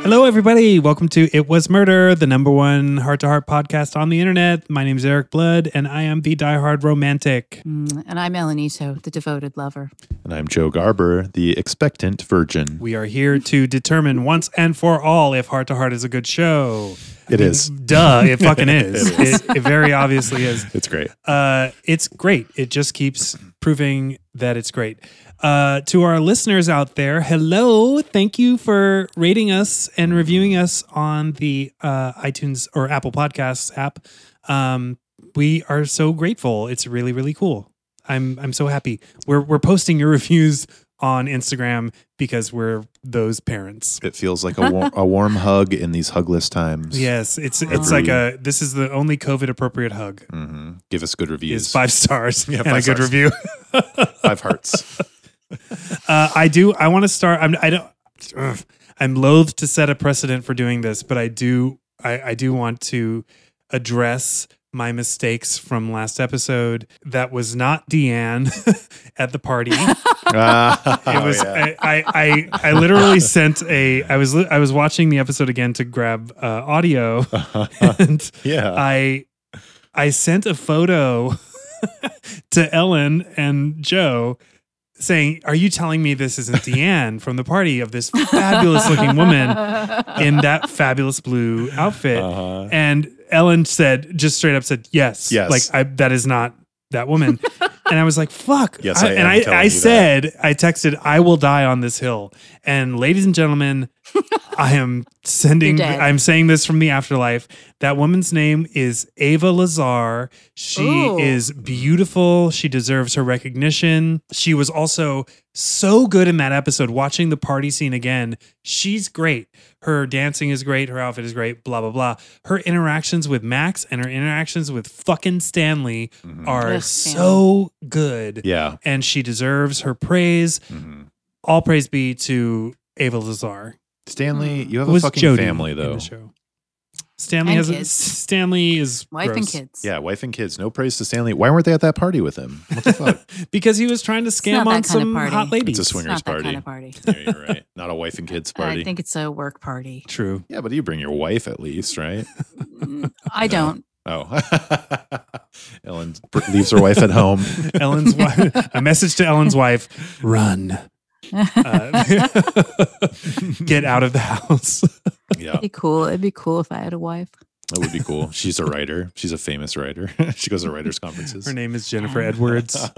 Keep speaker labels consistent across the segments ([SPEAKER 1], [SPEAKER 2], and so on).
[SPEAKER 1] Hello, everybody. Welcome to It Was Murder, the number one heart to heart podcast on the internet. My name is Eric Blood, and I am the diehard romantic.
[SPEAKER 2] Mm, And I'm Elenito, the devoted lover.
[SPEAKER 3] And I'm Joe Garber, the expectant virgin.
[SPEAKER 1] We are here to determine once and for all if Heart to Heart is a good show.
[SPEAKER 3] It is.
[SPEAKER 1] Duh, it fucking is. it, it very obviously is.
[SPEAKER 3] It's great.
[SPEAKER 1] Uh, it's great. It just keeps proving that it's great. Uh, to our listeners out there, hello. Thank you for rating us and reviewing us on the uh, iTunes or Apple Podcasts app. Um, we are so grateful. It's really, really cool. I'm I'm so happy. We're we're posting your reviews on Instagram because we're those parents.
[SPEAKER 3] It feels like a, war- a warm hug in these hugless times.
[SPEAKER 1] Yes, it's it's like a this is the only COVID appropriate hug.
[SPEAKER 3] hmm Give us good
[SPEAKER 1] Is
[SPEAKER 3] reviews.
[SPEAKER 1] five stars
[SPEAKER 3] Yeah,
[SPEAKER 1] and
[SPEAKER 3] five
[SPEAKER 1] a good
[SPEAKER 3] stars.
[SPEAKER 1] review.
[SPEAKER 3] Five hearts.
[SPEAKER 1] Uh, I do. I want to start. I'm. I don't. ugh. I'm loath to set a precedent for doing this, but I do. I, I do want to address my mistakes from last episode. That was not Deanne at the party.
[SPEAKER 3] Ah,
[SPEAKER 1] It was.
[SPEAKER 3] yeah.
[SPEAKER 1] I, I, I. I literally sent a. I was. li- I was watching the episode again to grab uh, audio, and
[SPEAKER 3] Oh, Yeah.
[SPEAKER 1] I I sent a photo to Ellen and Joe saying, "Are you telling me this isn't Deanne from the party of this fabulous looking woman in that fabulous blue outfit?"
[SPEAKER 3] Uh-huh.
[SPEAKER 1] And Ellen said, just straight up said, "Yes,
[SPEAKER 3] Yes.
[SPEAKER 1] like I, that is not." That woman, and I was like, "Fuck!"
[SPEAKER 3] Yes, I am
[SPEAKER 1] and I,
[SPEAKER 3] telling
[SPEAKER 1] I
[SPEAKER 3] you that.
[SPEAKER 1] said, I texted, "I will die on this hill." And ladies and gentlemen, I am sending.
[SPEAKER 2] You're dead.
[SPEAKER 1] I'm saying this from the afterlife. That woman's name is Ava Lazar. She
[SPEAKER 2] Ooh.
[SPEAKER 1] is beautiful. She deserves her recognition. She was also so good in that episode. Watching the party scene again, she's great. Her dancing is great. Her outfit is great. Blah blah blah. Her interactions with Max and her interactions with fucking Stanley
[SPEAKER 3] Mhm.
[SPEAKER 1] are
[SPEAKER 2] Mm. Ugh,
[SPEAKER 1] so good,
[SPEAKER 3] yeah.
[SPEAKER 1] and she deserves her praise.
[SPEAKER 3] Mhm.
[SPEAKER 1] All praise be to Ava Lazar
[SPEAKER 3] Stanley, you have a
[SPEAKER 1] was
[SPEAKER 3] fucking
[SPEAKER 1] Jody
[SPEAKER 3] family,
[SPEAKER 1] in the
[SPEAKER 3] though.
[SPEAKER 1] show. Stanley
[SPEAKER 2] And
[SPEAKER 1] has a,
[SPEAKER 2] kids.
[SPEAKER 1] Stanley is
[SPEAKER 2] Wife and
[SPEAKER 1] gross.
[SPEAKER 2] kids.
[SPEAKER 3] Yeah, wife and kids. No praise to Stanley. Why weren't they at that party with him? What the fuck?
[SPEAKER 1] because he was trying to scam
[SPEAKER 2] not
[SPEAKER 1] on
[SPEAKER 2] that kind of
[SPEAKER 1] some
[SPEAKER 2] party.
[SPEAKER 1] hot
[SPEAKER 2] It's a
[SPEAKER 1] ladies.
[SPEAKER 3] it's a
[SPEAKER 2] It's
[SPEAKER 3] swingers
[SPEAKER 2] not that
[SPEAKER 3] party.
[SPEAKER 2] kind of party.
[SPEAKER 3] yeah, you're right. Not a wife and kids party.
[SPEAKER 2] I think it's a work party.
[SPEAKER 1] True.
[SPEAKER 3] yeah, but you bring your wife at least, right?
[SPEAKER 2] Mm, I
[SPEAKER 3] No.
[SPEAKER 2] don't.
[SPEAKER 3] Oh. Ellen leaves her wife at home.
[SPEAKER 1] Ellen's wife. A message to Ellen's wife: Run, uh, get out of the house.
[SPEAKER 3] Yeah.
[SPEAKER 2] It'd be cool. It'd be cool if I had a wife.
[SPEAKER 3] That would be cool. She's a writer. She's a famous writer. she goes to writers' conferences.
[SPEAKER 1] Her name is Jennifer Edwards.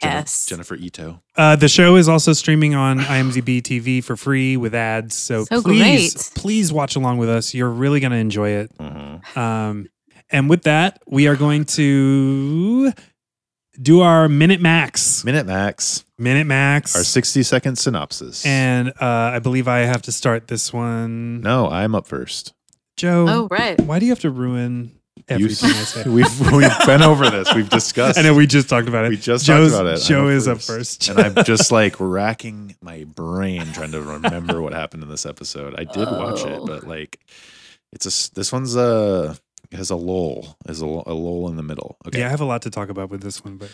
[SPEAKER 2] Yes.
[SPEAKER 3] Jennifer, Jennifer Ito.
[SPEAKER 1] Uh, the show is also streaming on IMDb TV for free with ads. So,
[SPEAKER 2] So
[SPEAKER 1] please,
[SPEAKER 2] great.
[SPEAKER 1] please watch along with us. You're really gonna enjoy it.
[SPEAKER 3] Mhm.
[SPEAKER 1] Um, and with that, we are going to do our minute max.
[SPEAKER 3] Minute Max,
[SPEAKER 1] Minute Max.
[SPEAKER 3] our 60 second synopsis.
[SPEAKER 1] and uh, I believe I have to start this one.
[SPEAKER 3] no, I'm up first.
[SPEAKER 1] Joe,
[SPEAKER 2] Oh, right.
[SPEAKER 1] why do you have to ruin everything I say?
[SPEAKER 3] We've, we've been over this. We've discussed.
[SPEAKER 1] I know we just talked about it.
[SPEAKER 3] we just
[SPEAKER 1] Joe's-
[SPEAKER 3] talked about it. I'm
[SPEAKER 1] Joe is up first.
[SPEAKER 3] and I'm just like racking my brain trying to remember what happened in this episode. I did watch it,
[SPEAKER 2] Oh.
[SPEAKER 3] but like, it's a s- this one's a has a lull, is a, l- a lull in the middle. Okay.
[SPEAKER 1] Yeah, I have a lot to talk about with this one, but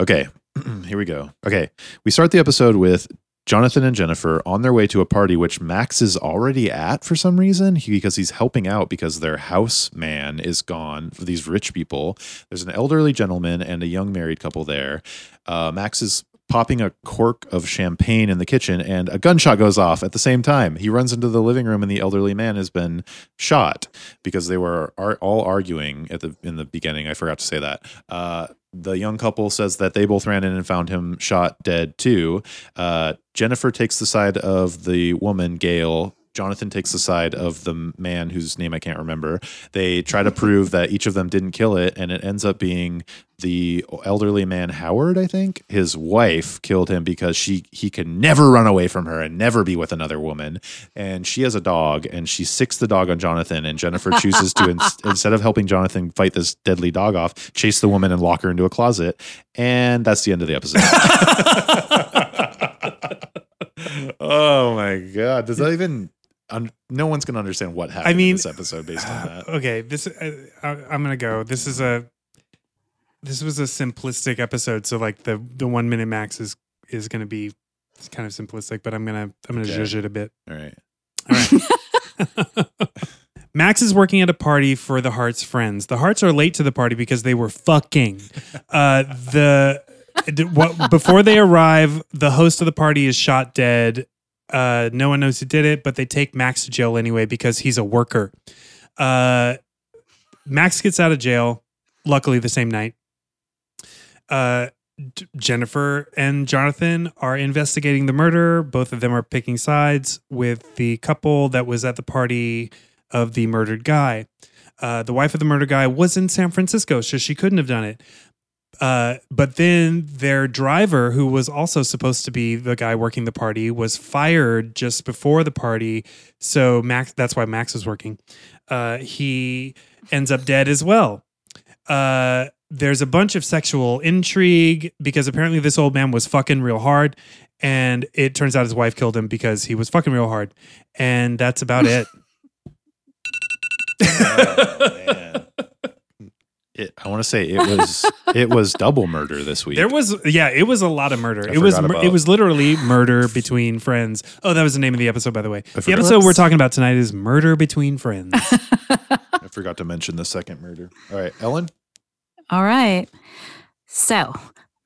[SPEAKER 3] Okay, here we go. Okay, we start the episode with Jonathan and Jennifer on their way to a party, which Max is already at for some reason he, because he's helping out because their house man is gone for these rich people. There's an elderly gentleman and a young married couple there. Uh, Max is popping a cork of champagne in the kitchen, and a gunshot goes off at the same time. He runs into the living room, and the elderly man has been shot because they were ar- all arguing at the in the beginning. I forgot to say that. Uh, the young couple says that they both ran in and found him shot dead too. Uh, Jennifer takes the side of the woman, Gail. Jonathan takes the side of the man whose name I can't remember. They try to prove that each of them didn't kill it, and it ends up being the elderly man Howard, I think. His wife killed him because she he can never run away from her and never be with another woman. And she has a dog, and she sicks the dog on Jonathan. And Jennifer chooses to in, instead of helping Jonathan fight this deadly dog off, chase the woman and lock her into a closet. And that's the end of the episode. oh my god! Does that even? Un, no one's gonna understand what happened
[SPEAKER 1] mean-
[SPEAKER 3] in this episode based on that.
[SPEAKER 1] okay, this uh, I, I'm gonna go. This is a this was a simplistic episode, so like the the one minute max is is gonna be kind of simplistic, but I'm gonna I'm gonna
[SPEAKER 3] Okay.
[SPEAKER 1] judge it a bit.
[SPEAKER 3] All right.
[SPEAKER 1] Max is working at a party for the Hearts' friends. The Hearts are late to the party because they were fucking. Uh, the d- what before they arrive, the host of the party is shot dead. Uh, no one knows who did it, but they take Max to jail anyway because he's a worker. Uh, Max gets out of jail, luckily the same night. Uh, J- Jennifer and Jonathan are investigating the murder. Both of them are picking sides with the couple that was at the party of the murdered guy. Uh, the wife of the murdered guy was in San Francisco, so she couldn't have done it. Uh, but then their driver, who was also supposed to be the guy working the party, was fired just before the party. So Max, that's why Max was working. Uh, he ends up dead as well. Uh, there's a bunch of sexual intrigue because apparently this old man was fucking real hard, and it turns out his wife killed him because he was fucking real hard, and that's about it.
[SPEAKER 3] Oh, man. It, I want to say it was it was double murder this week.
[SPEAKER 1] There was yeah, it was a lot of murder.
[SPEAKER 3] I
[SPEAKER 1] it was
[SPEAKER 3] forgot
[SPEAKER 1] mur-
[SPEAKER 3] about-
[SPEAKER 1] it was literally murder between friends. Oh, that was the name of the episode, by the way. The
[SPEAKER 3] forgot.
[SPEAKER 1] episode we're
[SPEAKER 2] Whoops.
[SPEAKER 1] talking about tonight is murder between friends.
[SPEAKER 3] I forgot to mention the second murder. All right, Ellen.
[SPEAKER 2] All right. So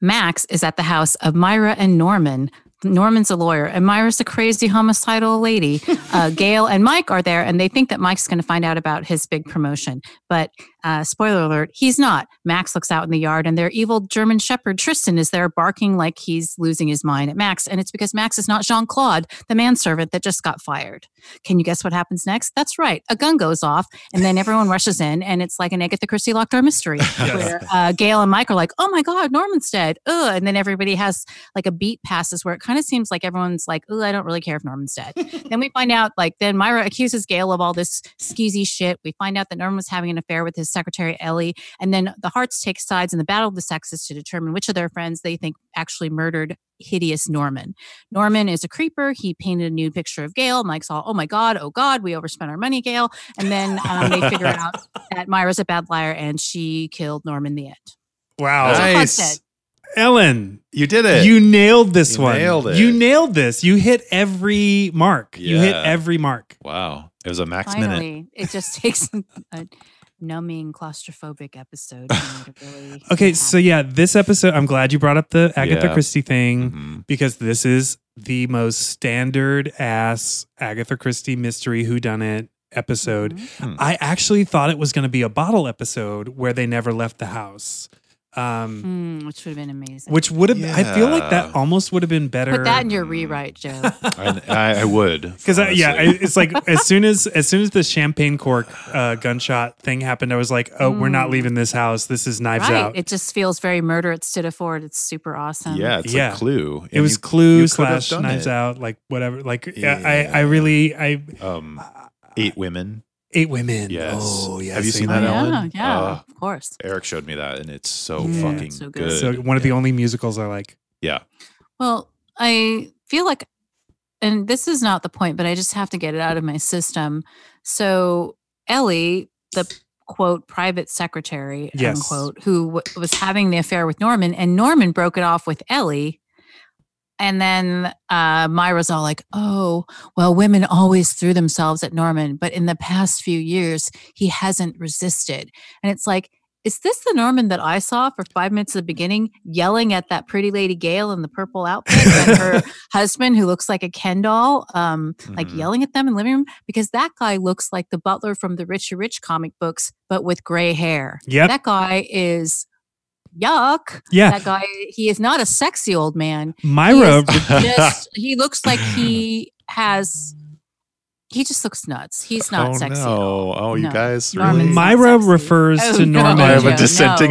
[SPEAKER 2] Max is at the house of Myra and Norman. Norman's a lawyer, and Myra's a crazy homicidal lady. Uh, Gail and Mike are there, and they think that Mike's going to find out about his big promotion. But uh, spoiler alert, he's not. Max looks out in the yard, and their evil German Shepherd Tristan is there barking like he's losing his mind at Max. And it's because Max is not Jean Claude, the manservant that just got fired. Can you guess what happens next? That's right. A gun goes off, and then everyone rushes in, and it's like an Agatha Christie locked door mystery where uh, Gail and Mike are like, "Oh my God, Norman's dead!" Ugh, and then everybody has like a beat passes where it kind of seems like everyone's like, "Ooh, I don't really care if Norman's dead." then we find out like then Myra accuses Gail of all this skeezy shit. We find out that Norman was having an affair with his secretary Ellie, and then the Hearts take sides in the battle of the sexes to determine which of their friends they think actually murdered hideous Norman. Norman is a creeper. He painted a nude picture of Gail. Mike's all, "Oh my God, oh God, we overspent our money, Gail." And then um, they figure out that Myra's a bad liar and she killed Norm in the end.
[SPEAKER 1] wow.
[SPEAKER 2] Nice.
[SPEAKER 1] Ellen,
[SPEAKER 3] You did it.
[SPEAKER 1] you nailed this
[SPEAKER 3] You
[SPEAKER 1] one.
[SPEAKER 3] nailed it.
[SPEAKER 1] You nailed this. You hit every mark. You hit
[SPEAKER 3] Yeah.
[SPEAKER 1] every mark.
[SPEAKER 3] wow. It was a max minute.
[SPEAKER 2] Finally, it just takes a numbing claustrophobic episode. For me to really
[SPEAKER 1] Okay,
[SPEAKER 2] unpack.
[SPEAKER 1] so yeah, this episode I'm glad you brought up the Agatha
[SPEAKER 3] Yeah.
[SPEAKER 1] Christie thing.
[SPEAKER 3] Mhm.
[SPEAKER 1] because this is the most standard ass Agatha Christie mystery whodunit episode.
[SPEAKER 2] Mhm.
[SPEAKER 1] I actually thought it was going to be a bottle episode where they never left the house, um,
[SPEAKER 2] Mm, which would have been amazing.
[SPEAKER 1] which would have. I feel like
[SPEAKER 3] Yeah.
[SPEAKER 1] that almost would have been better.
[SPEAKER 2] Put that in your
[SPEAKER 3] Mm.
[SPEAKER 2] rewrite, Joe.
[SPEAKER 3] I, I, I would
[SPEAKER 1] because yeah, I,
[SPEAKER 3] honestly.
[SPEAKER 1] it's like as soon as as soon as the champagne cork uh, gunshot thing happened, I was like, "Oh, we're not
[SPEAKER 2] Mm.
[SPEAKER 1] leaving this house. This is knives
[SPEAKER 2] right.
[SPEAKER 1] out." It,
[SPEAKER 2] It just feels very murder at Stidaford. It's super awesome.
[SPEAKER 3] yeah, it's
[SPEAKER 1] yeah.
[SPEAKER 3] a clue. And
[SPEAKER 1] was
[SPEAKER 3] you-
[SPEAKER 1] Clue
[SPEAKER 3] could've
[SPEAKER 1] slash
[SPEAKER 3] done
[SPEAKER 1] Knives
[SPEAKER 3] it.
[SPEAKER 1] Out, like whatever. Like
[SPEAKER 3] Yeah.
[SPEAKER 1] I, I really, I
[SPEAKER 3] um, eight women.
[SPEAKER 1] Eight Women.
[SPEAKER 3] Yes.
[SPEAKER 1] Oh, yes.
[SPEAKER 3] Have you
[SPEAKER 1] Eight
[SPEAKER 3] seen
[SPEAKER 2] Oh,
[SPEAKER 3] that,
[SPEAKER 1] Women.
[SPEAKER 2] yeah,
[SPEAKER 3] Ellen?
[SPEAKER 2] yeah,
[SPEAKER 3] Ah.
[SPEAKER 2] of course.
[SPEAKER 3] Eric showed me that, and it's so
[SPEAKER 1] Yeah.
[SPEAKER 3] fucking
[SPEAKER 2] So good.
[SPEAKER 3] good.
[SPEAKER 1] So one of the
[SPEAKER 3] Yeah.
[SPEAKER 1] only musicals I like.
[SPEAKER 3] yeah.
[SPEAKER 2] Well, I feel like, and this is not the point, but I just have to get it out of my system. So, Ellie, the quote, private secretary,
[SPEAKER 1] Yes.
[SPEAKER 2] unquote, who w- was having the affair with Norman, and Norman broke it off with Ellie. And then uh, Myra's all like, oh, well, women always threw themselves at Norman, but in the past few years, he hasn't resisted. And it's like, is this the Norman that I saw for five minutes at the beginning, yelling at that pretty lady Gail in the purple outfit and her husband who looks like a Ken doll, um, like
[SPEAKER 3] Mhm.
[SPEAKER 2] yelling at them in the living room? Because that guy looks like the butler from the Richie Rich comic books, but with gray hair.
[SPEAKER 1] Yep.
[SPEAKER 2] That guy is yuck.
[SPEAKER 1] yeah.
[SPEAKER 2] That guy, he is not a sexy old man.
[SPEAKER 1] Myra.
[SPEAKER 2] He Just he looks like he has. He just looks nuts. He's not
[SPEAKER 3] oh,
[SPEAKER 2] sexy. at all.
[SPEAKER 3] No. Oh, you
[SPEAKER 2] No.
[SPEAKER 3] guys
[SPEAKER 2] Norman's
[SPEAKER 3] really?
[SPEAKER 2] not
[SPEAKER 1] Myra
[SPEAKER 2] sexy.
[SPEAKER 1] refers
[SPEAKER 2] Oh,
[SPEAKER 1] to
[SPEAKER 2] no.
[SPEAKER 1] Norman.
[SPEAKER 3] I have
[SPEAKER 2] Yeah,
[SPEAKER 3] a dissenting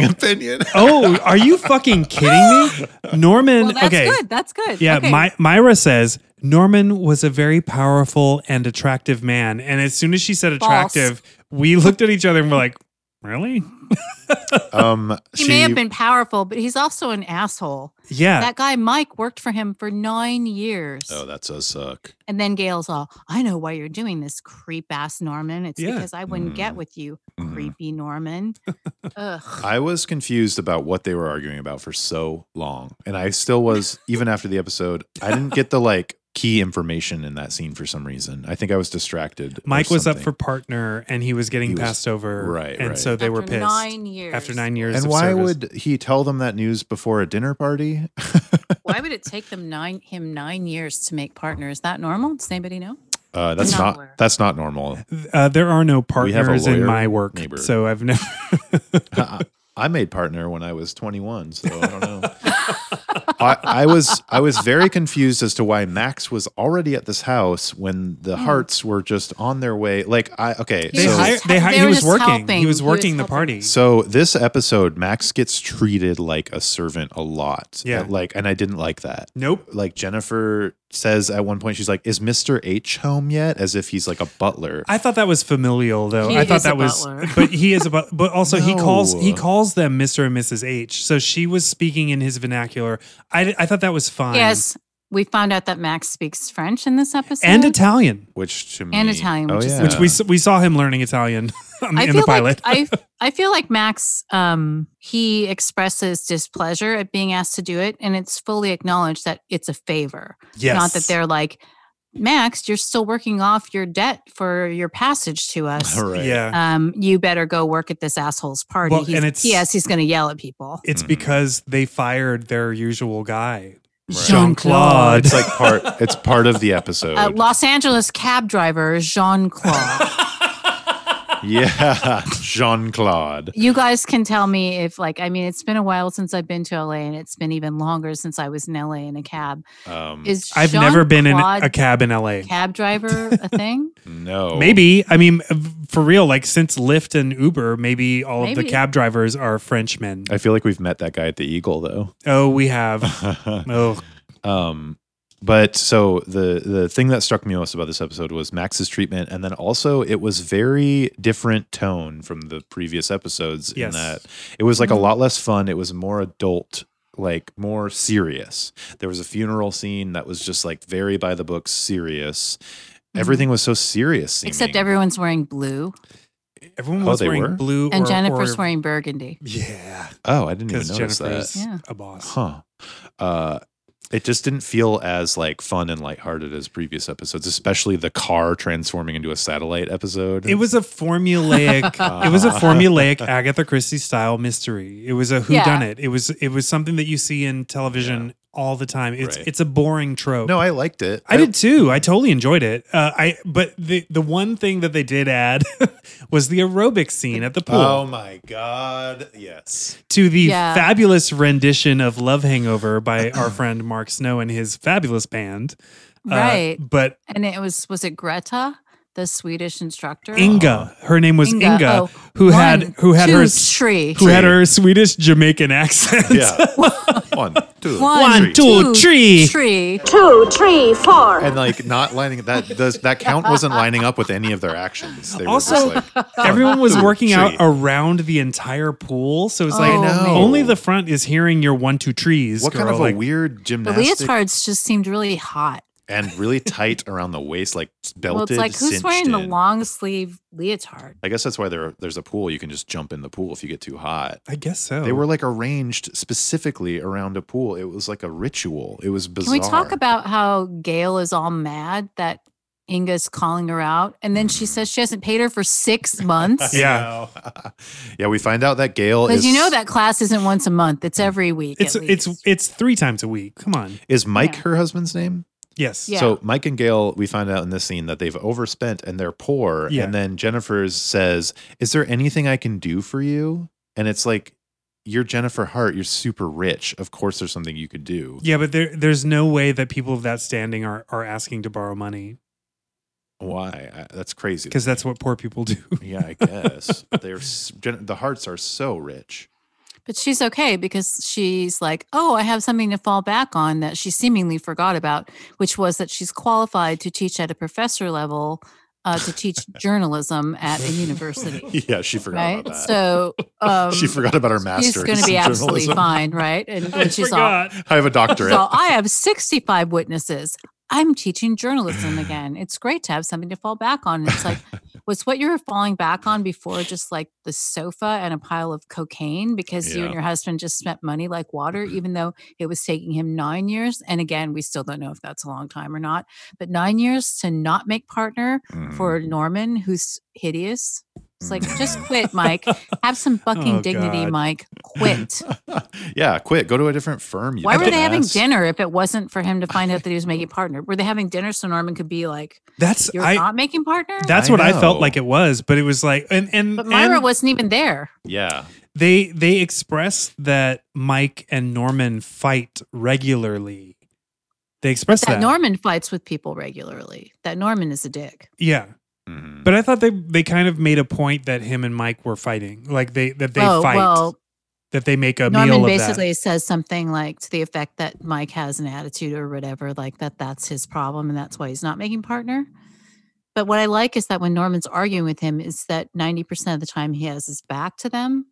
[SPEAKER 2] no.
[SPEAKER 3] opinion.
[SPEAKER 1] oh, are you fucking kidding me? Norman.
[SPEAKER 2] Well, that's
[SPEAKER 1] okay.
[SPEAKER 2] good. That's good.
[SPEAKER 1] Yeah.
[SPEAKER 2] Okay.
[SPEAKER 1] My, Myra says Norman was a very powerful and attractive man. And as soon as she said
[SPEAKER 2] False.
[SPEAKER 1] attractive, we looked at each other and we're like, really?
[SPEAKER 3] Um,
[SPEAKER 2] He
[SPEAKER 3] she,
[SPEAKER 2] may have been powerful, but he's also an asshole.
[SPEAKER 1] Yeah.
[SPEAKER 2] That guy Mike worked for him for nine years.
[SPEAKER 3] Oh, that does suck.
[SPEAKER 2] And then Gail's all, I know why you're doing this, creep ass Norman. It's
[SPEAKER 1] Yeah.
[SPEAKER 2] because I wouldn't get
[SPEAKER 3] Mm.
[SPEAKER 2] with you,
[SPEAKER 3] Mhm.
[SPEAKER 2] creepy Norman. Ugh.
[SPEAKER 3] I was confused about what they were arguing about for so long, and I still was even after the episode. I didn't get the like key information in that scene for some reason. I think I was distracted. or
[SPEAKER 1] Mike was up
[SPEAKER 3] something.
[SPEAKER 1] for partner and he was getting
[SPEAKER 3] He was-
[SPEAKER 1] passed over.
[SPEAKER 3] right,
[SPEAKER 1] And
[SPEAKER 3] right.
[SPEAKER 1] so they were
[SPEAKER 2] After
[SPEAKER 1] pissed.
[SPEAKER 2] Nine years.
[SPEAKER 1] After nine years
[SPEAKER 3] And
[SPEAKER 1] of
[SPEAKER 3] why
[SPEAKER 1] service.
[SPEAKER 3] would he tell them that news before a dinner party?
[SPEAKER 2] Why would it take them nine him nine years to make partner? Is that normal? Does anybody know?
[SPEAKER 3] Uh, that's
[SPEAKER 2] Not
[SPEAKER 3] not,
[SPEAKER 2] aware.
[SPEAKER 3] that's not normal.
[SPEAKER 1] uh, there are no
[SPEAKER 3] We have a
[SPEAKER 1] partners in
[SPEAKER 3] lawyer
[SPEAKER 1] my work.
[SPEAKER 3] neighbor.
[SPEAKER 1] So I've never
[SPEAKER 3] I, I made partner when I was 21, so I don't know. I, I was I was very confused as to why Max was already at this house when the Hearts were just on their way. Like I okay,
[SPEAKER 1] they
[SPEAKER 2] was hired-
[SPEAKER 3] so,
[SPEAKER 1] hired
[SPEAKER 2] just
[SPEAKER 1] they
[SPEAKER 2] hel-
[SPEAKER 1] hired
[SPEAKER 2] they
[SPEAKER 1] he
[SPEAKER 2] were
[SPEAKER 1] was
[SPEAKER 2] just
[SPEAKER 1] working.
[SPEAKER 2] helping.
[SPEAKER 1] He
[SPEAKER 2] He was
[SPEAKER 1] was working the
[SPEAKER 2] helping.
[SPEAKER 1] party.
[SPEAKER 3] so this episode Max gets treated like a servant a lot.
[SPEAKER 1] Yeah.
[SPEAKER 3] like and I didn't like that.
[SPEAKER 1] nope.
[SPEAKER 3] Like Jennifer says at one point, she's like, "Is Mister H home yet?" As if he's like a butler.
[SPEAKER 1] I thought that was familial though.
[SPEAKER 2] He
[SPEAKER 1] I thought
[SPEAKER 2] is a
[SPEAKER 1] that was
[SPEAKER 2] butler.
[SPEAKER 1] but he is a but, but also he calls he
[SPEAKER 3] No.
[SPEAKER 1] calls them Mr. and Mrs. H. So she was speaking in his vernacular. I, I thought that was fine.
[SPEAKER 2] Yes. We found out that Max speaks French in this episode.
[SPEAKER 1] And Italian.
[SPEAKER 3] which to me Oh,
[SPEAKER 2] And Italian, which is
[SPEAKER 1] Which
[SPEAKER 2] Yeah.
[SPEAKER 1] we s- we saw him learning Italian on the-
[SPEAKER 2] I
[SPEAKER 1] in
[SPEAKER 2] feel
[SPEAKER 1] the pilot.
[SPEAKER 2] like I I feel like Max um he expresses displeasure at being asked to do it and it's fully acknowledged that it's a favor.
[SPEAKER 1] yes.
[SPEAKER 2] Not that they're like Max, you're still working off your debt for your passage to us.
[SPEAKER 3] All right.
[SPEAKER 1] Yeah.
[SPEAKER 2] Um, you better go work at this asshole's party.
[SPEAKER 1] Well,
[SPEAKER 2] he's,
[SPEAKER 1] and it's-
[SPEAKER 2] yes, he's going to yell at people.
[SPEAKER 1] It's
[SPEAKER 3] Mhm.
[SPEAKER 1] because they fired their usual guy,
[SPEAKER 3] Right.
[SPEAKER 1] Jean Claude.
[SPEAKER 3] It's like part. It's part of the episode.
[SPEAKER 2] Uh, Los Angeles cab driver Jean Claude.
[SPEAKER 3] yeah, Jean Claude.
[SPEAKER 2] you guys can tell me if, like, I mean, it's been a while since I've been to LA, and it's been even longer since I was in LA in a cab.
[SPEAKER 3] Um,
[SPEAKER 2] Is
[SPEAKER 1] I've
[SPEAKER 2] Jean
[SPEAKER 1] never been in
[SPEAKER 2] Claude
[SPEAKER 1] a cab in LA.
[SPEAKER 2] cab driver a thing?
[SPEAKER 3] no,
[SPEAKER 1] Maybe I mean uh, for real, like since Lyft and Uber, maybe all of
[SPEAKER 2] Maybe.
[SPEAKER 1] the cab drivers are Frenchmen.
[SPEAKER 3] I feel like we've met that guy at the Eagle though.
[SPEAKER 1] Oh, we have. Oh,
[SPEAKER 3] um, but so the the thing that struck me most about this episode was Max's treatment, and then also it was very different tone from the previous episodes.
[SPEAKER 1] Yes.
[SPEAKER 3] In that it was like a
[SPEAKER 2] Mhm.
[SPEAKER 3] lot less fun. It was more adult. Like more serious. There was a funeral scene that was just like very by the book serious. Everything was so serious. Seeming.
[SPEAKER 2] Except everyone's wearing blue,
[SPEAKER 1] everyone
[SPEAKER 3] Oh,
[SPEAKER 1] was
[SPEAKER 3] they
[SPEAKER 1] wearing
[SPEAKER 3] were?
[SPEAKER 1] blue,
[SPEAKER 2] and
[SPEAKER 1] or,
[SPEAKER 2] Jennifer's
[SPEAKER 1] or-
[SPEAKER 2] wearing burgundy.
[SPEAKER 1] Yeah,
[SPEAKER 3] Oh, I didn't even
[SPEAKER 1] because
[SPEAKER 3] notice that.
[SPEAKER 1] Jennifer's
[SPEAKER 2] Yeah.
[SPEAKER 1] a boss.
[SPEAKER 3] Huh. Uh, it just didn't feel as like fun and lighthearted as previous episodes, especially the car transforming into a satellite episode.
[SPEAKER 1] It was a formulaic. it was a formulaic Agatha Christie style mystery. It was a whodunit. done it. It was it was something that you see in television all the time. It's
[SPEAKER 3] Right.
[SPEAKER 1] it's a boring trope.
[SPEAKER 3] no, I liked it.
[SPEAKER 1] I did too. I totally enjoyed it. Uh, I but the the one thing that they did add was the aerobic scene at the pool
[SPEAKER 3] Oh my god! Yes.
[SPEAKER 1] to the
[SPEAKER 2] Yeah.
[SPEAKER 1] fabulous rendition of "Love Hangover" by our friend Mark Snow and his fabulous band. Uh,
[SPEAKER 2] Right.
[SPEAKER 1] but
[SPEAKER 2] And it was, was it Greta, the Swedish instructor?
[SPEAKER 1] Inga, her name was Inga,
[SPEAKER 2] oh,
[SPEAKER 1] who had
[SPEAKER 2] one,
[SPEAKER 1] who had her
[SPEAKER 2] two,
[SPEAKER 1] s-
[SPEAKER 2] tree.
[SPEAKER 1] who had her Swedish Jamaican accent.
[SPEAKER 3] Yeah. One, two,
[SPEAKER 1] One, two, three.
[SPEAKER 2] tree.
[SPEAKER 4] two, three, four.
[SPEAKER 3] And like not lining that does that count wasn't lining up with any of their actions. They
[SPEAKER 1] Also,
[SPEAKER 3] were just like,
[SPEAKER 1] Everyone was
[SPEAKER 3] Ooh,
[SPEAKER 1] working out
[SPEAKER 3] tree.
[SPEAKER 1] around the entire pool, so it's like
[SPEAKER 2] I know.
[SPEAKER 1] only the front is hearing your one two trees.
[SPEAKER 3] what kind
[SPEAKER 1] girl,
[SPEAKER 3] of
[SPEAKER 1] like-
[SPEAKER 3] a weird
[SPEAKER 2] The
[SPEAKER 3] gymnastic
[SPEAKER 2] leotards just seemed really hot.
[SPEAKER 3] and really tight around the waist, like belted.
[SPEAKER 2] well, it's like who's
[SPEAKER 3] cinched
[SPEAKER 2] wearing the
[SPEAKER 3] in.
[SPEAKER 2] long sleeve leotard?
[SPEAKER 3] I guess that's why there there's a pool. You can just jump in the pool if you get too hot.
[SPEAKER 1] I guess so.
[SPEAKER 3] They were like arranged specifically around a pool. It was like a ritual. It was
[SPEAKER 2] Can
[SPEAKER 3] bizarre.
[SPEAKER 2] we talk about how Gail is all mad that Inga's calling her out, and then
[SPEAKER 3] Mm-hmm.
[SPEAKER 2] she says she hasn't paid her for six months?
[SPEAKER 1] Yeah.
[SPEAKER 3] yeah, we find out that Gail
[SPEAKER 2] Because
[SPEAKER 3] is
[SPEAKER 2] you know that class isn't once a month;
[SPEAKER 3] Mm.
[SPEAKER 2] it's every week.
[SPEAKER 1] it's
[SPEAKER 2] at least.
[SPEAKER 1] it's it's three times a week. Come on.
[SPEAKER 3] is Mike
[SPEAKER 2] Yeah.
[SPEAKER 3] her husband's name?
[SPEAKER 1] Yes.
[SPEAKER 2] Yeah.
[SPEAKER 3] So Mike and Gail, we find out in this scene that they've overspent and they're poor.
[SPEAKER 1] Yeah.
[SPEAKER 3] And then Jennifer says, Is there anything I can do for you? And it's like, You're Jennifer Hart, you're super rich. Of course there's something you could do.
[SPEAKER 1] Yeah, but there there's no way that people of that standing are are asking to borrow money
[SPEAKER 3] Why? I, that's crazy.
[SPEAKER 1] because that's what poor people do.
[SPEAKER 3] yeah, I guess they're s- Jen- the hearts are so rich.
[SPEAKER 2] but she's okay because she's like, "Oh, I have something to fall back on that she seemingly forgot about, which was that she's qualified to teach at a professor level uh, to teach journalism at a university."
[SPEAKER 3] Yeah, she forgot
[SPEAKER 2] Right,
[SPEAKER 3] about that.
[SPEAKER 2] so um,
[SPEAKER 3] she forgot about her
[SPEAKER 2] She's
[SPEAKER 3] master's.
[SPEAKER 2] going to be
[SPEAKER 3] in
[SPEAKER 2] absolutely
[SPEAKER 3] journalism.
[SPEAKER 2] fine, right? And, and she's all,
[SPEAKER 3] I have a
[SPEAKER 2] she's
[SPEAKER 3] doctorate.
[SPEAKER 2] all, I have 65 witnesses. I'm teaching journalism again. It's great to have something to fall back on. And it's like, was what you were falling back on before just like the sofa and a pile of cocaine because you
[SPEAKER 3] Yeah.
[SPEAKER 2] and your husband just spent money like water, even though it was taking him nine years. And again, we still don't know if that's a long time or not, but nine years to not make partner
[SPEAKER 3] Mm.
[SPEAKER 2] for Norman, who's hideous. It's like,
[SPEAKER 3] Mm.
[SPEAKER 2] just quit, Mike. Have some fucking
[SPEAKER 1] Oh,
[SPEAKER 2] dignity,
[SPEAKER 1] God.
[SPEAKER 2] Mike. Quit.
[SPEAKER 3] yeah, quit. Go to a different firm. You
[SPEAKER 2] Why were they having
[SPEAKER 3] dumbass.
[SPEAKER 2] dinner if it wasn't for him to find out that he was making partner? Were they having dinner so Norman could be like,
[SPEAKER 1] That's
[SPEAKER 2] "You're
[SPEAKER 1] I.
[SPEAKER 2] not making partner"?
[SPEAKER 1] That's
[SPEAKER 3] I
[SPEAKER 1] what I felt
[SPEAKER 3] know.
[SPEAKER 1] like it was, but it was like, and and,
[SPEAKER 2] but Myra
[SPEAKER 1] and
[SPEAKER 2] wasn't even there.
[SPEAKER 3] Yeah.
[SPEAKER 1] they they express that Mike and Norman fight regularly. They express
[SPEAKER 2] That
[SPEAKER 1] that,
[SPEAKER 2] Norman fights with people regularly. That Norman is a dick.
[SPEAKER 1] yeah.
[SPEAKER 3] Mhm.
[SPEAKER 1] But I thought they they kind of made a point that him and Mike were fighting, like they that they
[SPEAKER 2] oh
[SPEAKER 1] fight,
[SPEAKER 2] well,
[SPEAKER 1] that they make a
[SPEAKER 2] Norman
[SPEAKER 1] meal
[SPEAKER 2] basically says something like to the effect that Mike has an attitude or whatever, like that that's his problem and that's why he's not making partner. But what I like is that when Norman's arguing with him, is that 90% of the time he has his back to them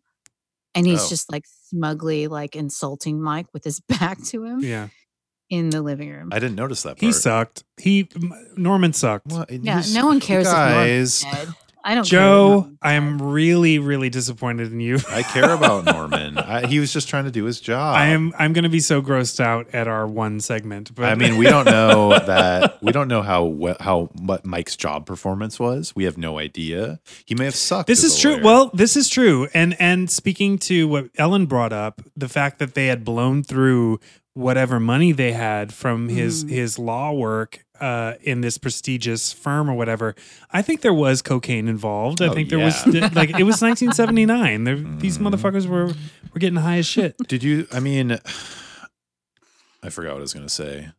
[SPEAKER 2] and he's
[SPEAKER 3] Oh.
[SPEAKER 2] just like smugly like insulting Mike with his back to
[SPEAKER 1] of
[SPEAKER 2] him
[SPEAKER 1] that. Yeah,
[SPEAKER 2] in the living room.
[SPEAKER 3] I didn't notice that part.
[SPEAKER 1] he sucked. He M- Norman sucked.
[SPEAKER 3] What?
[SPEAKER 2] yeah,
[SPEAKER 3] He's-
[SPEAKER 2] no one
[SPEAKER 3] you
[SPEAKER 2] cares if Norman's
[SPEAKER 3] Guys,
[SPEAKER 2] dead. I don't care. if
[SPEAKER 1] Joe,
[SPEAKER 2] Norman's
[SPEAKER 1] I
[SPEAKER 2] dead.
[SPEAKER 1] am really really disappointed in you.
[SPEAKER 3] I care about Norman. I, he was just trying to do his job.
[SPEAKER 1] I am I'm going to be so grossed out at our one segment. But
[SPEAKER 3] I mean, we don't know that we don't know how we- how what Mike's job performance was. We have no idea. He may have sucked.
[SPEAKER 1] This
[SPEAKER 3] as
[SPEAKER 1] is
[SPEAKER 3] a
[SPEAKER 1] true.
[SPEAKER 3] lawyer.
[SPEAKER 1] Well, this is true. And and speaking to what Ellen brought up, the fact that they had blown through whatever money they had from his
[SPEAKER 3] Hmm.
[SPEAKER 2] Mhm.
[SPEAKER 1] his law work uh, in this prestigious firm or whatever, I think there was cocaine involved. I
[SPEAKER 3] Oh,
[SPEAKER 1] think there
[SPEAKER 3] yeah.
[SPEAKER 1] was like it was 1979. There, These
[SPEAKER 3] Mhm.
[SPEAKER 1] motherfuckers were were getting high as shit.
[SPEAKER 3] did you? I mean, I forgot what I was going to say.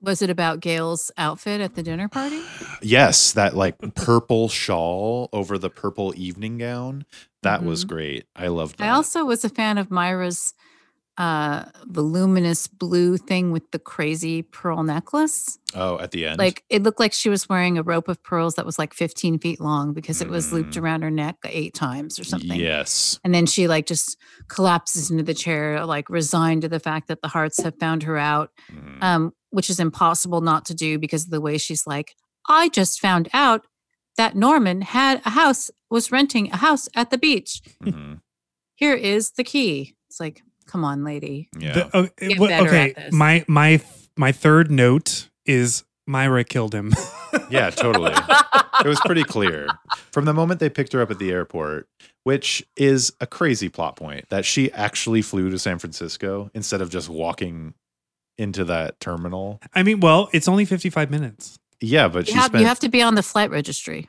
[SPEAKER 2] Was it about Gail's outfit at the dinner party?
[SPEAKER 3] Yes, that like purple shawl over the purple evening gown. That was
[SPEAKER 2] Mhm.
[SPEAKER 3] great. I loved that.
[SPEAKER 2] I also was a fan of Myra's uh voluminous blue thing with the crazy pearl necklace.
[SPEAKER 3] oh, at the end,
[SPEAKER 2] Like it looked like she was wearing a rope of pearls that was like 15 feet long because it was looped
[SPEAKER 3] Mm.
[SPEAKER 2] around her neck eight times or something.
[SPEAKER 3] Yes.
[SPEAKER 2] And then she like just collapses into the chair, like resigned to the fact that the hearts have found her out,
[SPEAKER 3] Mhm.
[SPEAKER 2] um, which is impossible not to do because of the way she's like, I just found out that Norman had a house, was renting a house at the beach.
[SPEAKER 3] Mhm.
[SPEAKER 2] Here is the key. It's like, come on, lady.
[SPEAKER 3] Yeah.
[SPEAKER 1] The- oh, it
[SPEAKER 2] Get
[SPEAKER 1] wa-
[SPEAKER 2] better
[SPEAKER 1] okay,
[SPEAKER 2] at this.
[SPEAKER 1] my my my third note is Myra killed him.
[SPEAKER 3] yeah. Totally. it was pretty clear from the moment they picked her up at the airport, which is a crazy plot point that she actually flew to San Francisco instead of just walking into that terminal.
[SPEAKER 1] I mean, well, it's only 55 minutes.
[SPEAKER 3] Yeah, but
[SPEAKER 2] You
[SPEAKER 3] she
[SPEAKER 2] have,
[SPEAKER 3] spent.
[SPEAKER 2] you have to be on the flight registry.